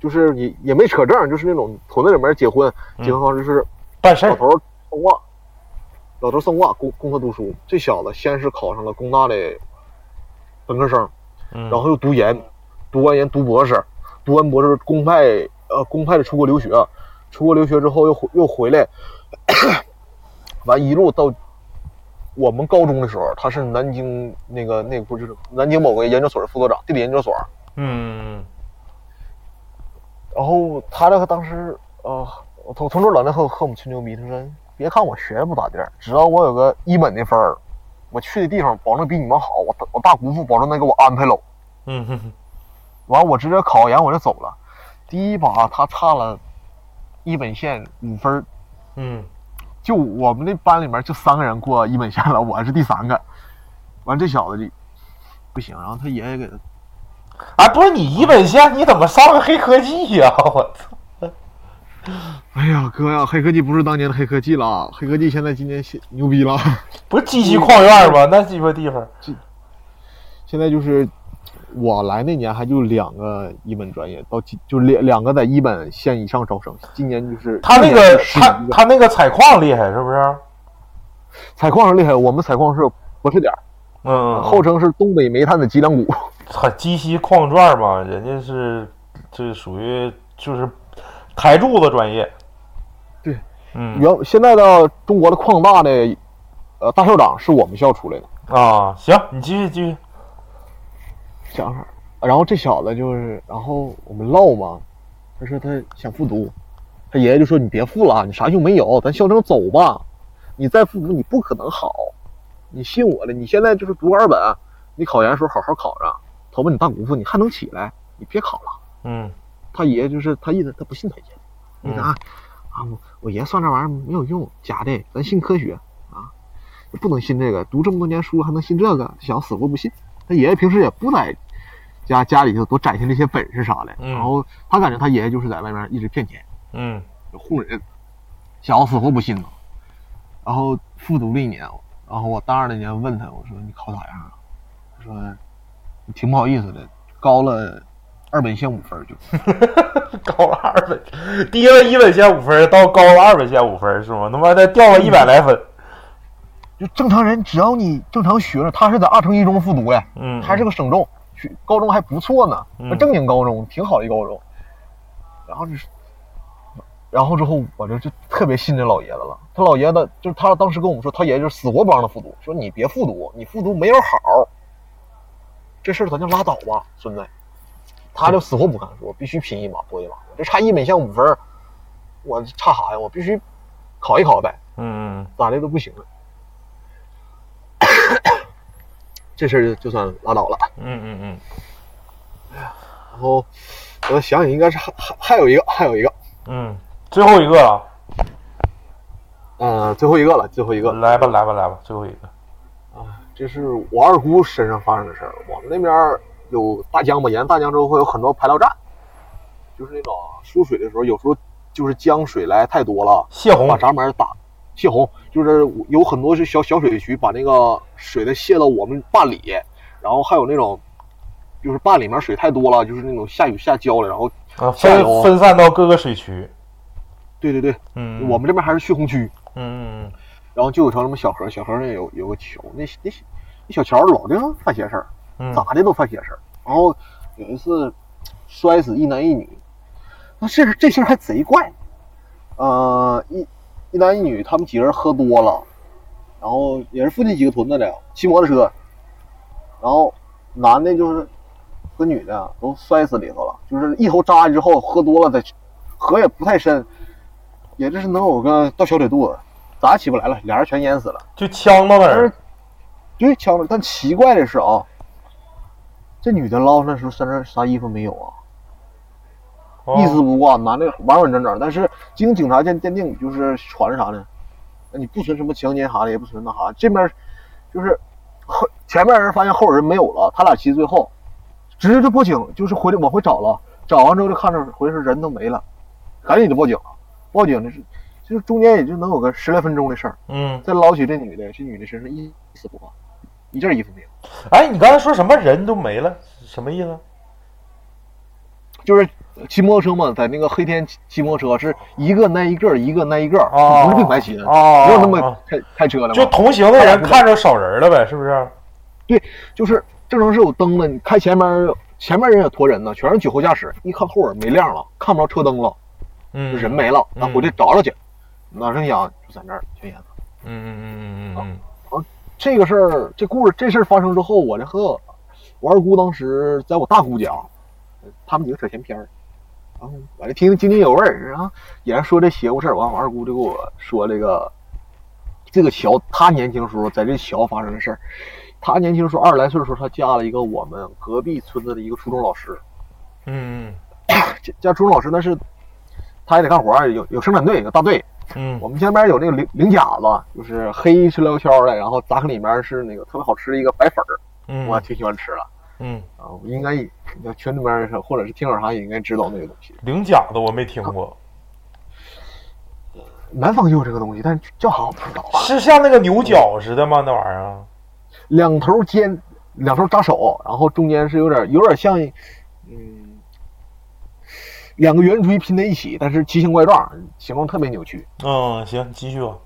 就是也也没扯证，就是那种屯子里面结婚，
嗯
结婚方式是
办事
老
儿，
头儿送话，老头儿送话供供他读书。这小子先是考上了工大的本科生，
然
然后又读研，读完研读博士，读完博士公派呃公派的出国留学，呃出国留学之后又回又回来， 完一路到我们高中的时候，他是南京那个那个不就是南京某个研究所的副所长，地理研究所。
嗯
然后他这个当时呃，我同同桌老那和我和我们吹牛逼，他说别看我学不咋地儿，只要我有个一本的分儿，我去的地方保证比你们好，我大我大姑父保证能给我安排喽。
嗯嗯
完我直接考研我就走了，第一把他差了一本线五分儿，
嗯
就我们那班里面就三个人过一本线了，我是第三个。完这小子就不行，然后他爷爷给他
啊，不是你一本线，你怎么上个黑科技呀？我操！
哎呀，哥呀，黑科技不是当年的黑科技了，黑科技现在今年现牛逼了。
不是鸡西矿院吗？那鸡巴地方，
现在就是我来那年还就两个一本专业，到今就两两个在一本线以上招生，今年就是
他那个
去年
他
嗯就是11个
他那个采矿厉害是不是？
采矿是厉害，我们采矿是有博士点儿，
嗯嗯，
号称是东北煤炭的脊梁骨。
操鸡西矿钻嘛，嗯人家是这属于就是台柱子专业。
对，
嗯
原现在的中国的矿大的呃大校长是我们校出来的，
啊，行，你继续继续。
想法。然后这小子就是，然后我们唠嘛，他说他想复读，他爷爷就说你别复了，你啥用没有，咱校正走吧，你再复读你不可能好，你信我了，你现在就是读个二本，你考研的时候好好考上，投奔你大姑父，你还能起来，你别考了。
嗯
他爷爷就是他意思，他不信他爷，那个
嗯
啊啊，我我爷算这玩意儿没有用，假的，咱信科学啊，不能信这个，读这么多年书还能信这个，小子死活不信。他爷爷平时也不在家家里头多展现这些本事啥的，
嗯
然后他感觉他爷爷就是在外面一直骗钱，
嗯
哄人，小子死活不信呢。然后复读了一年，然后我大二那年问他，我说你考咋样啊？他说挺不好意思的，高了二本线五分儿就。
高了二本，低了一本线五分，到高了二本线五分是吗？他妈的掉了一百来分。
就正常人，只要你正常学着，他是在二城一中复读呀，
嗯，
他是个省重，学高中还不错呢，
嗯
那正经高中，挺好的一高中。然后就是，然后之后我就就特别信这老爷子了。他老爷子就是他当时跟我们说，他爷爷就是死活不让他复读，说你别复读，你复读没有好，这事儿咱就拉倒吧，孙子。他就死活不干，说我必须拼一把搏一把，我这差一本项五分儿，我差啥呀？我必须考一考呗。
嗯
咋的都不行了。这事儿就算拉倒了。
嗯嗯嗯
然后我想想，应该是还还还有一个，还有一个，
嗯，最后一个了。
呃，最后一个了，最后一个
来吧，来吧，来吧，最后一个。
啊，这是我二姑身上发生的事儿。我们那边儿有大江吧，沿大江之后会有很多排涝站，就是那种输水的时候，有时候就是江水来太多了，
泄洪
把，闸门打泄洪，就是有很多是小小水渠把那个水的泄到我们坝里，然后还有那种就是坝里面水太多了，就是那种下雨下浇了，然后
啊，
下
分
游
分散到各个水区。
对对对，
嗯，
我们这边还是蓄洪区，
嗯嗯
然后就有条什么小河，小河那有有个桥，那那那小桥老经常犯邪事儿，
嗯
咋的都犯邪事儿。然后有一次摔死一男一女，那这这事儿还贼怪。呃，一一男一女他们几个人喝多了，然后也是附近几个屯子的，骑摩托车，然后男的就是和女的都摔死里头了，就是一头扎之后喝多了再去，河也不太深，也就是能有个到小腿肚子，咋也起不来了，俩人全淹死了。
就呛到那
但是
儿，，
对，枪了。但奇怪的是啊，这女的捞上来的时候身上啥衣服没有啊，
哦
一丝不挂，男的完完整整。但是经警察鉴鉴定，就是传啥呢？那你不存什么强奸啥的，也不存那啥，这边就是后前面人发现后人没有了，他俩骑最后，直接就报警，就是回来往回找了，找完之后就看着回来时候人都没了，赶紧就报警了。报警就是就是中间也就能有个十来分钟的事儿。
嗯，
再捞起这女的，这女的身上一丝不挂，一件衣服没有。
哎，你刚才说什么人都没了，什么意思？
就是骑摩托车嘛，在那个黑天骑骑摩托车是一个挨一个，一个挨一个，
哦
不是并排骑的，
哦
没有那么
哦
开开车的
就
嘛。
同行的人看着少人了呗，是不是？
就是正常是有灯的，你开前面前面人也驮人呢，全是酒后驾驶，一看后边没亮了，看不着车灯了，
嗯，
就人没了，
嗯
那回去找找去，哪成想就在那儿全淹了。
嗯嗯嗯嗯嗯
这个事儿，这故事，这事儿发生之后，我这和我二姑当时在我大姑家，呃他们几个扯闲篇儿，然后我这听津津有味儿，然后也是说这邪乎事儿。完，我二姑就跟我说这个这个桥，她年轻时候在这桥发生的事儿。她年轻时候二十来岁的时候，她嫁了一个我们隔壁村子的一个初中老师，
嗯
嫁嫁初中老师那是他也得干活儿，有有生产队，有大队，
嗯
我们前面有那个菱菱甲子，就是黑吃溜秋的，然后砸开里面是那个特别好吃的一个白粉儿，
嗯，
我挺喜欢吃的
嗯
啊。我应该也圈里面是或者是听友啥也应该知道那个东西，
零甲的我没听过，
南方就有这个东西，但是叫啥我不知道啊。
是像那个牛角似的吗？那玩意儿？
两头尖，两头扎手，然后中间是有点有点像，嗯，两个圆锥拼在一起，但是奇形怪状，形状特别扭曲。
嗯，行，继续吧。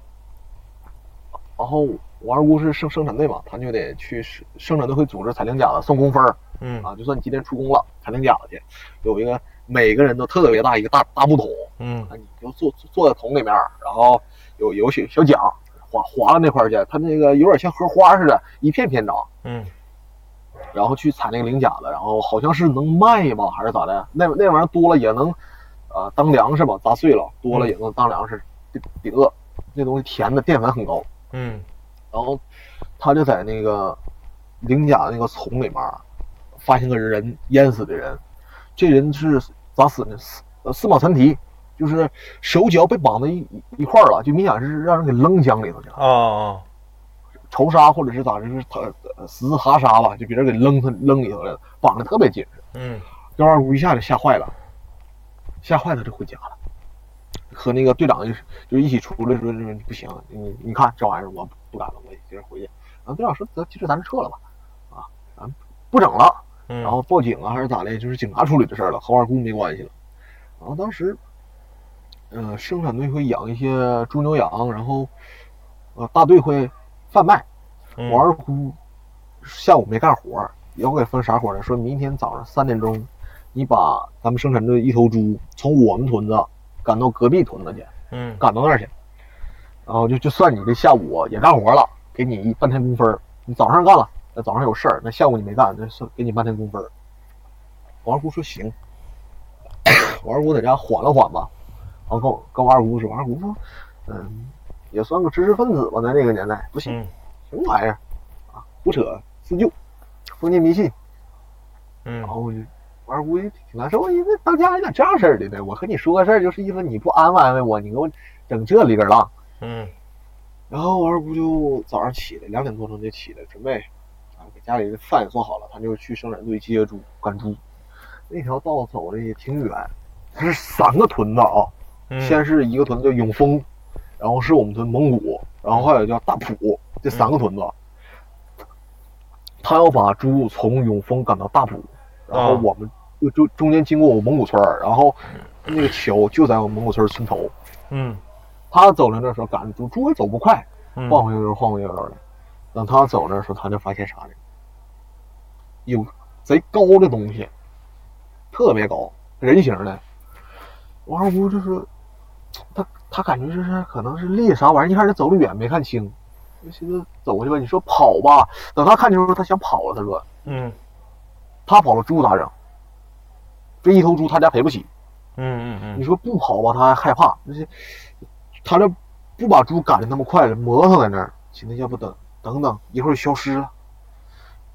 然后我哦二姑是生生产队嘛，她就得去生生产队会组织采菱甲子送工分儿。
嗯
啊，就算你今天出工了，才能甲去，有一个每个人都特别大一个大大木桶，
嗯
啊，你就坐坐坐在桶里面，然后有有小小桨划划到那块儿去，它那个有点像荷花似的，一片片长，
嗯
然后去采那个菱甲子，然后好像是能卖吧，还是咋的？那那玩意儿多了也能，呃，当粮食吧，砸碎了多了也能当粮食，顶顶饿。那东西甜的，淀粉很高。
嗯
然后他就在那个菱甲那个丛里面儿发现个人淹死的人，这人是咋死的？四呃四马残蹄，就是手脚被绑在一一一块儿了，就明显是让人给扔江里头去了，
啊啊
仇杀或者是咋的，就是他呃十字哈杀吧，就别人给扔他扔里头了，绑的特别紧。
嗯
幺二五一下就吓坏了，吓坏了就回家了，和那个队长就就一起出来说说不行，你你看这玩意儿我不敢了，我接着回去。然后队长说得其实咱撤了吧，啊，咱不整了。
嗯，
然后报警啊还是咋的，就是警察处理的事儿了，和二姑没关系了。然后当时，呃，生产队会养一些呃猪牛羊，然后呃大队会贩卖。
嗯
我二姑下午没干活儿，然后给分啥活儿呢？说明天早上三点钟，你把咱们生产队一头猪从我们屯子赶到隔壁屯子去，
嗯
赶到那儿去，然后就就算你这下午也干活了，给你一半天工分儿。你早上干了，那早上有事儿，那下午你没干，那算给你半天工分儿。我二姑说行，我二姑在家缓了缓吧，然后跟我跟我二姑说，我二姑说，嗯，也算个知识分子吧，在那个年代不行。
嗯
什么玩意儿啊，胡扯自救，封建迷信。然
嗯
后我就我二姑也挺难受，因为当家还咋这样式儿的呢？我和你说个事儿，就是意思你不安慰安慰我，你给我整这里根儿浪。
嗯
然后我二姑就早上起来两点多钟就起来准备啊，给家里的饭也做好了，她就去生产队接猪赶猪。那条道走的也挺远，它是三个屯子啊，
嗯，
先是一个屯子叫永丰，然后是我们屯蒙古，然后还有叫大埔，这三个屯子。他要把猪从永丰赶到大埔，然后
啊
我们就就中间经过我们蒙古村儿，然后那个桥就在我们蒙古村儿村头。
嗯
他走的那时候赶着猪，猪也走不快，
嗯
晃晃悠悠，晃晃悠悠的。等他走那时候，他就发现啥呢？有贼高的东西，特别高，人形的。王二姑就说，他他感觉这是可能是猎啥玩意儿，一开始走得远没看清，就寻思走过去吧。你说跑吧，等他看清楚，他想跑了。他说
嗯
他跑了，猪咋整？这一头猪他家赔不起。
嗯嗯
你
嗯
说不跑吧，他还害怕，就是他这不把猪赶得那么快了，磨蹭在那儿，寻思要不等等等，一会儿消失了，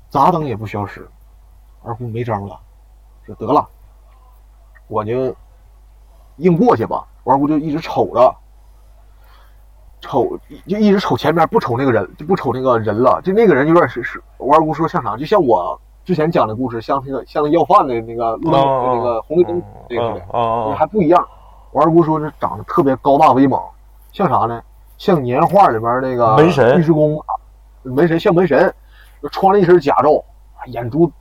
咋等也不消失。二姑没招了，说得了，我就硬过去吧。我二姑就一直瞅着，瞅就一直瞅前面，不瞅那个人，就不瞅那个人了。就那个人有点是是，我二姑说像啥，就像我之前讲的故事，像那个像那要饭的那个路灯、
哦
那个红绿灯那个似的
嗯。嗯
还不一样。我二姑说这长得特别高大威猛，像啥呢？像年画里边那个
门神
尉迟恭，啊门神像门神，穿了一身甲胄，眼珠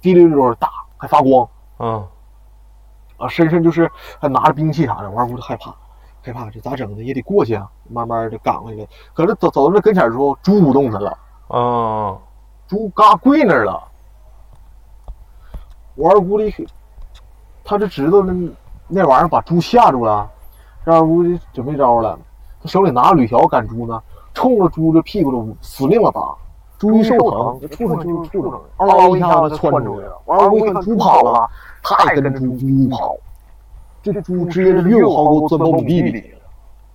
滴溜溜的大，还发光
嗯
啊，身上就是还拿着兵器啥的。我二姑就害怕，害怕这咋整呢？也得过去啊，慢慢的赶回去。可是走走到这跟前之后，猪不动弹了，
嗯
猪嘎跪那儿了。我二姑的，他就知道那那玩意儿把猪吓住了，这二姑就就没招了，他手里拿着铝条赶猪呢，冲着猪的屁股就死命的打，猪一受疼，这畜生就是畜生，嗷嗷一下子窜出去了。完二姑一看猪跑了，他也跟着猪猪跑，这猪直接就越过壕沟钻苞米地里。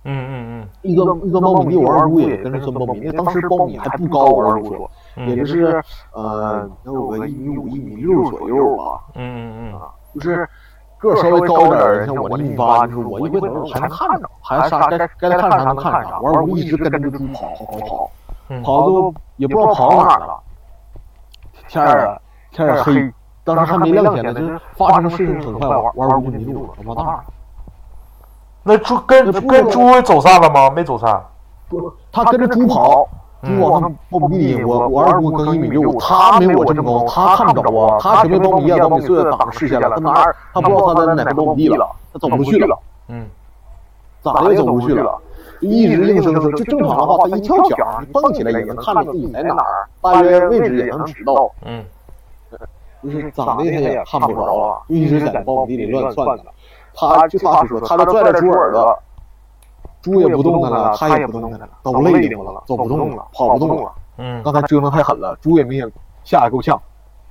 嗯嗯
一个一个苞米地，我二姑也跟着钻苞米。那当时苞米还不高，我二姑说，
嗯
也
嗯
就是呃，能有个一米五、一米六左右吧。
嗯嗯
就是个儿稍微高点儿的，像我这米八，就是我一回头还能看着，还能啥该该看啥能看啥。完，我一直跟着猪跑跑跑
嗯，
跑，跑都也不知道跑哪儿了。天儿啊，天儿黑，当时还没亮天呢，就是发生事情很快，玩玩儿就迷路了，我操！
那猪跟跟猪走散了吗？没走散。
他跟着猪跑，猪往上苞米地，我我二姑跟一米六，他没我这么高，他看不着我，他前面苞米叶苞米穗挡着视线了，他哪儿他不知道他在哪片苞米地了，他走不去了，
嗯
咋的也走不去了。一直硬生生，就正常的话，他一跳脚，你蹦起来也能看着自己在哪儿，大约位置也能知道，
嗯
就是咋的他也看不着了，一直在苞米地里乱窜的。他就他说，他就拽着猪耳朵，猪也不动弹了，他也不动弹了，都累的了，走不动了，跑不动了。
嗯
刚才折腾太狠了，猪也明显吓得够呛，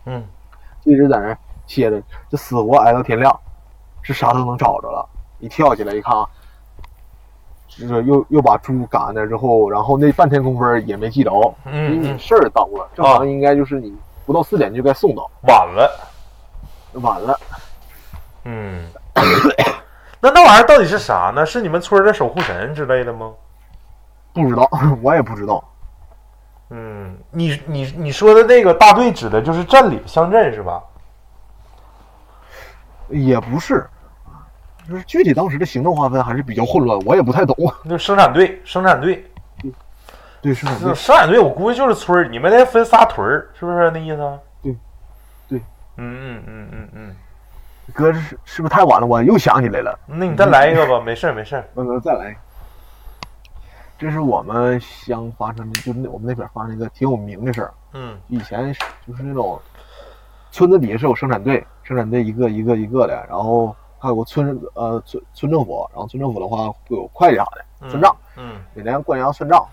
嗯
一直在那儿歇着，这死活挨到天亮，是啥都能找着了。一跳起来一看啊，这又又把猪赶那之后，然后那半天工夫儿也没记着，因为你
嗯，
事儿耽误了，正常应该就是你不到四点就该送到，
晚了。
晚了。
嗯，那那玩意儿到底是啥呢？是你们村的守护神之类的吗？
不知道， 我也不知道。
嗯，你你你说的那个大队指的就是镇里乡镇是吧？
也不是，就是具体当时的行政划分还是比较混乱，我也不太懂。
那生产队，生产队，
对，是
那生产队，我估计就是村儿，你们得分仨屯儿，是不是那意思？啊
对，对
嗯，嗯嗯嗯嗯
哥，这是是不是太晚了？我又想起来了。
嗯，那你再来一个吧，没事儿没事儿。
那咱嗯再来。这是我们乡发生的，就那我们那边发生一个挺有名的事儿。
嗯
以前是就是那种村子底下是有生产队，生产队一个一个一个的，然后还有个村呃村村政府，然后村政府的话会有会计啥的，
嗯
村长
嗯
每年灌粮算账，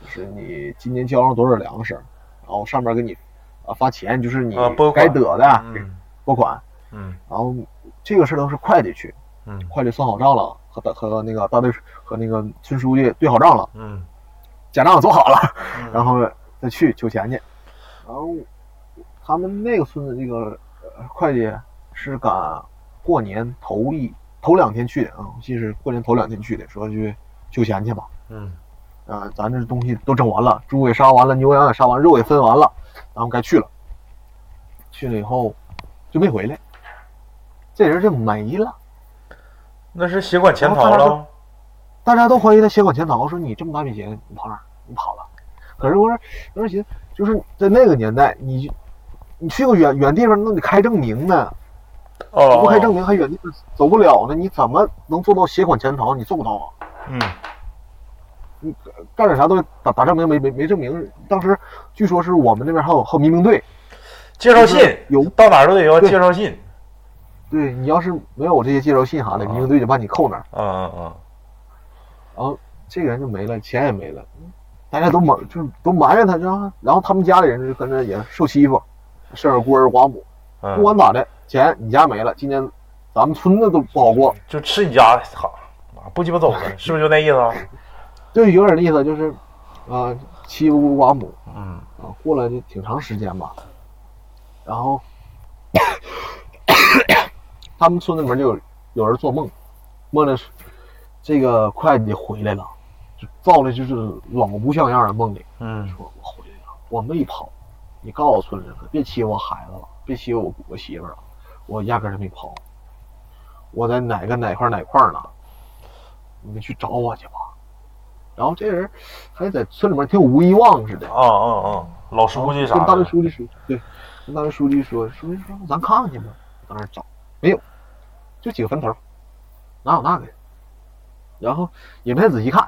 就是你今年交上多少粮食，然后上面给你啊发钱，就是你
啊拨款
该得的、啊
嗯
拨款，
嗯
然后这个事儿都是会计去，
嗯
会计算好账了，和大和那个大队和那个村书记对好账了，
嗯
假账做好了，
嗯，
然后再去取钱去。然后他们那个村子那个呃会计是赶过年头一头两天去的啊，我记得是过年头两天去的，说去取钱去吧。
嗯
啊，咱这东西都整完了，猪也杀完了，牛羊也杀完，肉也分完了，咱们该去了。去了以后就没回来，这人就没了。
那是血管潜逃了。
大家都怀疑他血管潜逃，说你这么大笔钱，你跑哪儿？你跑了？可是我说，我说寻思，就是在那个年代，你你去个远远地方，那得开证明呢，
哦，
不开证明还远地方走不了呢，你怎么能做到血管潜逃？你做不到啊！
嗯
嗯干点啥都打打证明没没没证明。当时据说是我们那边还有还有民兵队，
介绍信
就是有
到哪儿都得要
对
介绍信。
对你要是没有我这些介绍信啥的，
啊
民兵队就把你扣那儿，
嗯嗯嗯，
然后这个人就没了，钱也没了，大家都埋就是都埋怨他，知道吗？然后他们家里人就跟着也受欺负，生儿孤儿寡母，
嗯
不管咋的，钱你家没了，今年咱们村子都不好过，
就吃你家，操，不鸡巴走了，是不是就那意思啊？
就有点意思，就是啊、欺负孤儿寡母，
嗯
啊，过了就挺长时间吧。然后他们村里面就有有人做梦，梦的是这个会计回来了，就造的就是老不像样的梦里，
嗯
说我回来了，我没跑，你告诉村里人别欺负我孩子了，别欺负我我媳妇儿了，我压根儿就没跑，我在哪个哪块儿哪块儿呢？你们去找我去吧。然后这人还在村里面挺无一望似的，
啊嗯嗯，老书记啥
跟当
的
时，书记说，对，跟当时书记说，书记说咱看看去吧，到那儿找没有，就几个坟头，哪有那个呀？然后也没太仔细看，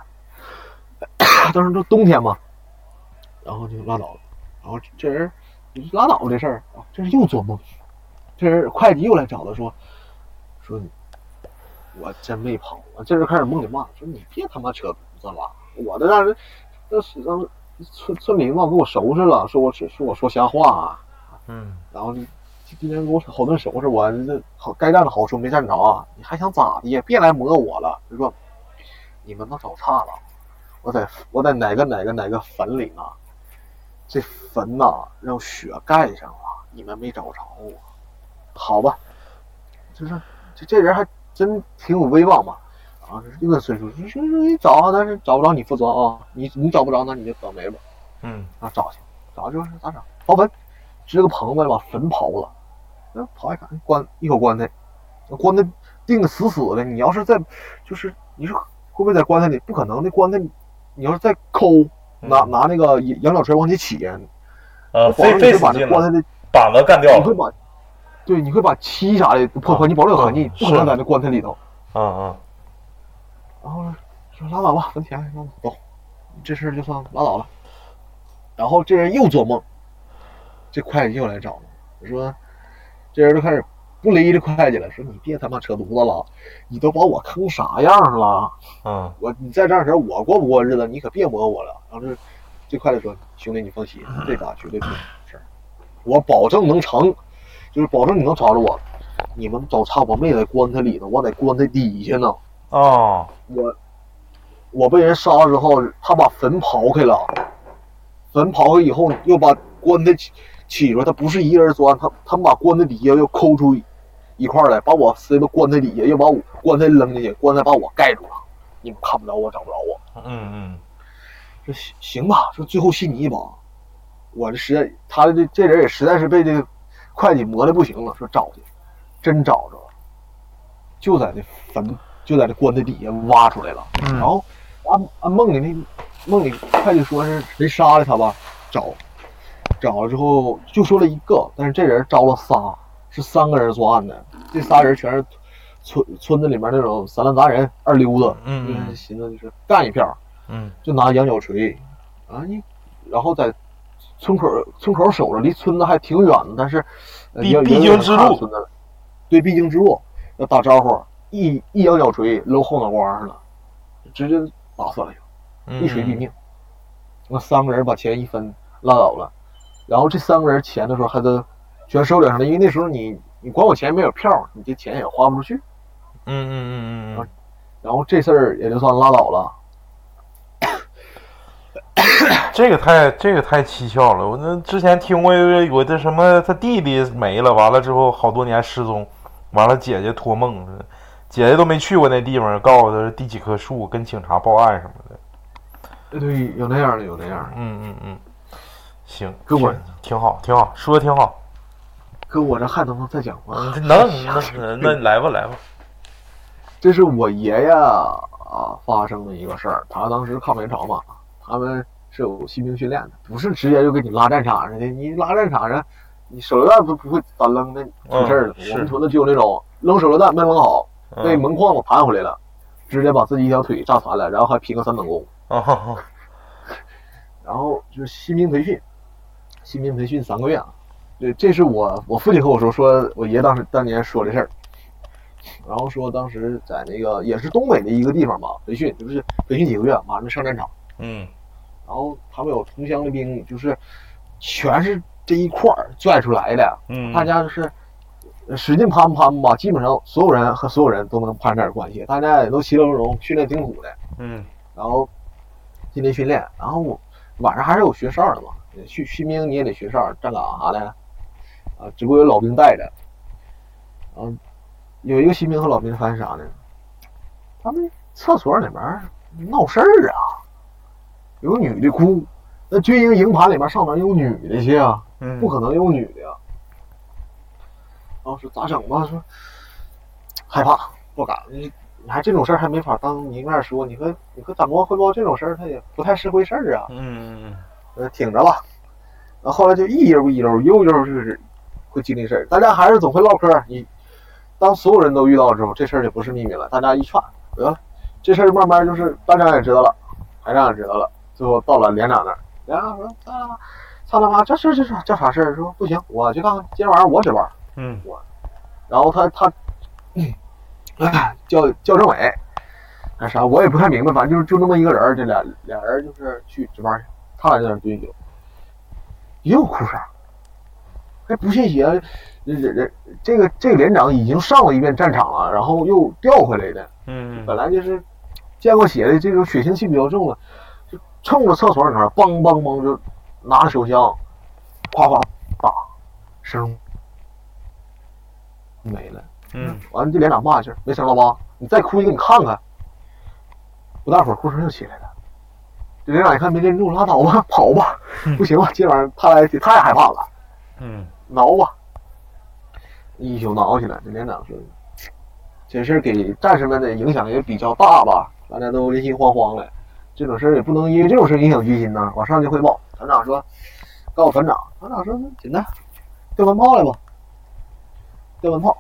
当时都冬天嘛，然后就拉倒了。然后这人你拉倒吧这事儿啊，这是又做梦。这人会计又来找他说，说你我真没跑，我这人开始梦里骂，说你别他妈扯犊子了，我都让人那是让村村民嘛给我收拾了，说我说说我说瞎话、啊，
嗯
然后你今天给我好顿收拾我，这好该站的好处没站着啊！你还想咋的呀？别来磨我了。就说你们都找差了，我在我在哪个哪个哪个坟里呢？这坟呐、让雪盖上了，你们没找着我。好吧，就是这这人还真挺有威望嘛。啊，就问孙叔，说说你找啊，但是找不着你负责啊，你你找不着那你就倒霉吧。
嗯
啊，找去，找就是咋整？刨坟，支个棚子把坟刨了，那刨一看，棺一口棺材，那棺材钉得死死的。你要是在，就是你是会不会在棺材里？不可能，那棺材你要是再抠，拿
嗯
拿那个羊羊角锤往起起，
呃，
保
费
证你
费
会
死
把
劲
那棺
了，
材的，
板子干掉
你会
了。
把，对，你会把漆啥的破
啊
坏，你保证很，你不可能
是
在那棺材里头。
嗯嗯
然后呢，说拉倒吧，存钱，啊拉倒，走，这事儿就算拉倒了。然后这人又做梦，这会计又来找了，我说这人就开始不理这会计了，说你别他妈扯犊子了，你都把我坑啥样了？
嗯
我你再这样式儿，我过不过日子？你可别磨我了。然后这这会计说，兄弟你放心，这咋绝对不是事儿，我保证能成，就是保证你能找着我。你们找差我没在棺材里头，我在棺材底下呢。
哦
我我被人杀之后，他把坟刨开了，坟刨开以后又把棺材起起出来，他不是一人钻，他他们把棺材底下又抠出一块儿来，把我塞到棺材底下，又把我棺材扔进去，棺材把我盖住了，你们看不着我，找不着我。
嗯嗯
说行行吧，说最后信你一把。我这实在，他这这人也实在是被这个会计磨的不行了，说找去，真找着了，就在那坟，就在这棺材底下挖出来了。
嗯，
然后按按梦里那梦里会计说是谁杀了他吧，找找了之后就说了一个，但是这人招了仨，是三个人作案的，这仨人全是村村子里面那种散烂杂人、二溜子，
嗯嗯
就是寻思就是干一票，
嗯
就拿羊角锤，啊你，然后在村口村口守着，离村子还挺远的，但是呃
必
也
嗯必经之路，
也有人看村子了对必经之路，要打招呼，一一羊角锤搂后脑瓜上了，直接打死了就，
嗯，
一锤毙命。那三个人把钱一分，拉倒了。然后这三个人钱的时候还都全收脸上了，因为那时候你你管我钱没有票，你这钱也花不出去。
嗯。嗯嗯嗯嗯，
然后这事儿也就算拉倒了。
这个太这个太蹊跷了。我那之前听过有的什么，他弟弟没了，完了之后好多年失踪，完了姐姐托梦，姐姐都没去过那地方，告诉他是第几棵树，跟警察报案什么的。
对对，有那样的，有那样的。
嗯嗯嗯，行，
跟我
挺挺好，挺好，说的挺好。
哥，我这还能不能再讲吗？
能能那来吧来吧。
这是我爷爷啊发生的一个事儿，他当时抗美援朝嘛，他们是有新兵训练的，不是直接就给你拉战场上去，你拉战场上，你手榴弹都不会咋扔的出事儿的
嗯。是
我们屯子就有那种扔手榴弹没扔好，被
嗯
门框子弹回来了，直接把自己一条腿炸残了，然后还拼个三等功。
啊哈哈，
然后就是新兵培训，新兵培训三个月啊。对，这是我我父亲和我说，说我爷当时当年说这事儿，然后说当时在那个也是东北的一个地方吧，培训就是培训几个月，马上就上战场。
嗯
然后他们有同乡的兵，就是全是这一块儿拽出来的，
嗯，
大家就是呃使劲攀攀吧，基本上所有人和所有人都能攀上点关系，大家也都其乐融融，训练挺苦的。
嗯
然后进行训练，然后我晚上还是有学哨的嘛，去新兵你也得学哨，站岗啥的，啊，只不过有老兵带着，然后有一个新兵和老兵发现啥呢？他们厕所里面闹事儿啊，有个女的哭，那军营营盘里面上哪有女的去啊？
嗯，
不可能有女的呀。然后说咋整吧？说害怕，不敢。你你还这种事儿还没法当明面说，你和你和长官汇报这种事儿，他也不太是回事儿啊。
嗯，嗯
呃，挺着吧。然后后来就一悠一悠悠悠就是会经历事儿，大家还是总会唠嗑儿。你当所有人都遇到之后，这事儿就不是秘密了，大家一串得了，这事儿慢慢就是班长也知道了，排长也知道了，最后到了连长那儿，连长说：“操他妈，操他妈，这事儿这事儿叫啥事儿？”说不行，我去看看，今天晚上我值班。
嗯
然后他 他，哎，叫叫政委，那啥，我也不太明白，反正就是就那么一个人儿，这俩俩人就是去值班去，他俩在那儿蹲一宿，也有裤衩，还不信邪，人人人这个这个连长已经上了一遍战场了，然后又调回来的，
嗯
本来就是见过血的，这种血腥气比较重了，啊就冲着厕所里面梆梆梆就拿着手枪，夸夸打，声没了。
嗯
完了这连长骂一声，没声了吧？你再哭一个，你看看。不大会儿，哭声又起来了。这连长一看没镇住，拉倒吧，跑吧， 不行了，今晚上他来太害怕了，
嗯
挠吧。一宿挠起来，这连长说，这事儿给战士们的影响也比较大吧，大家都人心惶惶的。这种事儿也不能因为这种事儿影响军心呐。往上级汇报，团长说，告诉团长，团长说那简单，调门炮来吧，调门炮，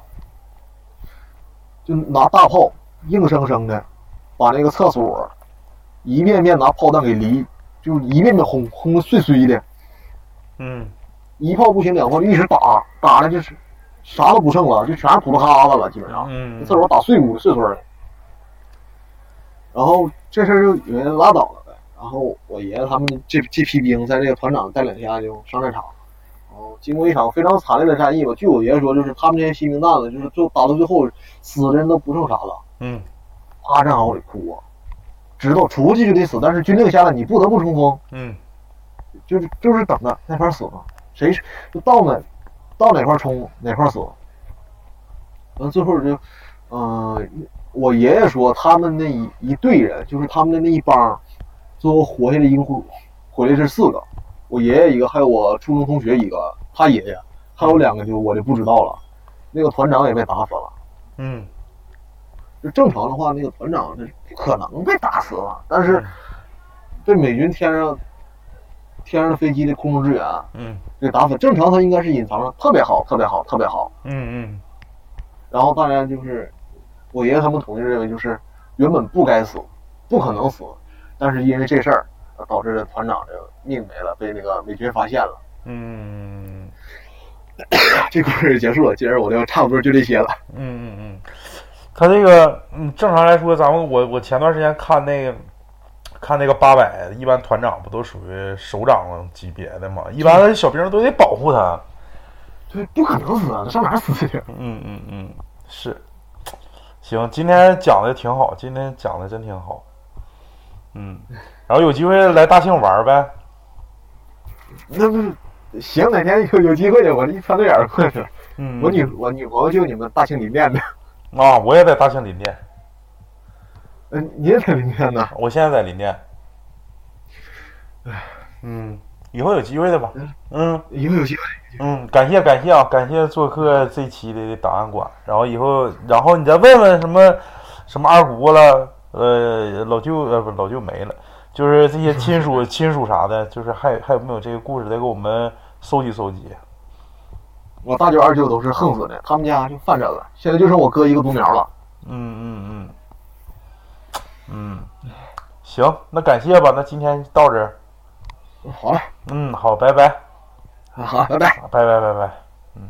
就拿大炮硬生生的把那个厕所一遍遍拿炮弹给离，就一遍遍轰轰的碎碎的，
嗯
一炮不行两炮，一直打打的就是啥都不剩了，就全是土了疙瘩了，基本上。
嗯，
厕所打碎骨碎碎的。然后这事儿就有人拉倒了呗。然后我爷爷他们这这批兵在这个团长带领下啊就上战场，然后经过一场非常惨烈的战役吧。据我爷爷说，就是他们这些新兵蛋子，就是就打到最后死的人都不剩啥了，
嗯
趴战壕里哭啊，知道出去就得死，但是军令下来你不得不冲锋，
嗯
就是就是等着那块儿死嘛，谁是就到哪到哪块儿冲哪块儿死。完最后就，嗯、我爷爷说他们那一一队人，就是他们的那一帮儿，最后活下来一共回来是四个，我爷爷一个，还有我初中同学一个，他爷爷，还有两个就我就不知道了。那个团长也被打死了。
嗯
就正常的话，那个团长是不可能被打死了，但是
嗯
被美军天上天上的飞机的空中支援，
嗯
这打法正常，他应该是隐藏了，特别好，特别好，特别好。
嗯
然后当然就是我爷爷他们统一认为，就是原本不该死，不可能死，但是因为这事儿呃导致团长这个命没了，被那个美军发现了。
嗯。
这故事结束了，今儿我就差不多就这些了。
嗯嗯嗯，他这个嗯，正常来说，咱们我我前段时间看那个看那个八百，一般团长不都属于首长级别的嘛？一般的小兵都得保护他。
对，不可能死啊，上哪儿死去？
嗯嗯嗯，是。行，今天讲的挺好，今天讲的真挺好。嗯，然后有机会来大庆玩儿呗。
那不是行，哪天有 有机会我一翻对眼儿过去。
嗯，
我女我女朋友就你们大庆林甸的，
啊，我也在大庆林甸，
嗯，你也在林甸呢？
我现在在林甸。嗯，以后有机会的吧。嗯。
以后有机会。
嗯，感谢感谢啊，感谢做客这期的档案馆。然后以后，然后你再问问什么什么二姑了，呃，老舅呃不老舅没了，就是这些亲 属亲属啥的，就是还还有没有这个故事，再给我们搜集搜集。
我大舅二舅都是横死的，他们家就犯人了，现在就剩我哥一个独苗了。
嗯嗯嗯嗯嗯，行，那感谢吧，那今天到这儿。
好了，
嗯，好，拜拜，
啊
好，拜拜。
啊拜拜，拜拜。嗯，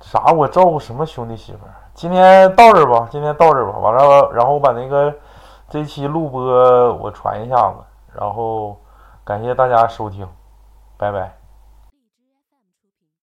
啥？我照顾什么兄弟媳妇儿？今天到这儿吧，今天到这儿吧。完了，然后我把那个这期录播我传一下子，然后感谢大家收听，拜拜。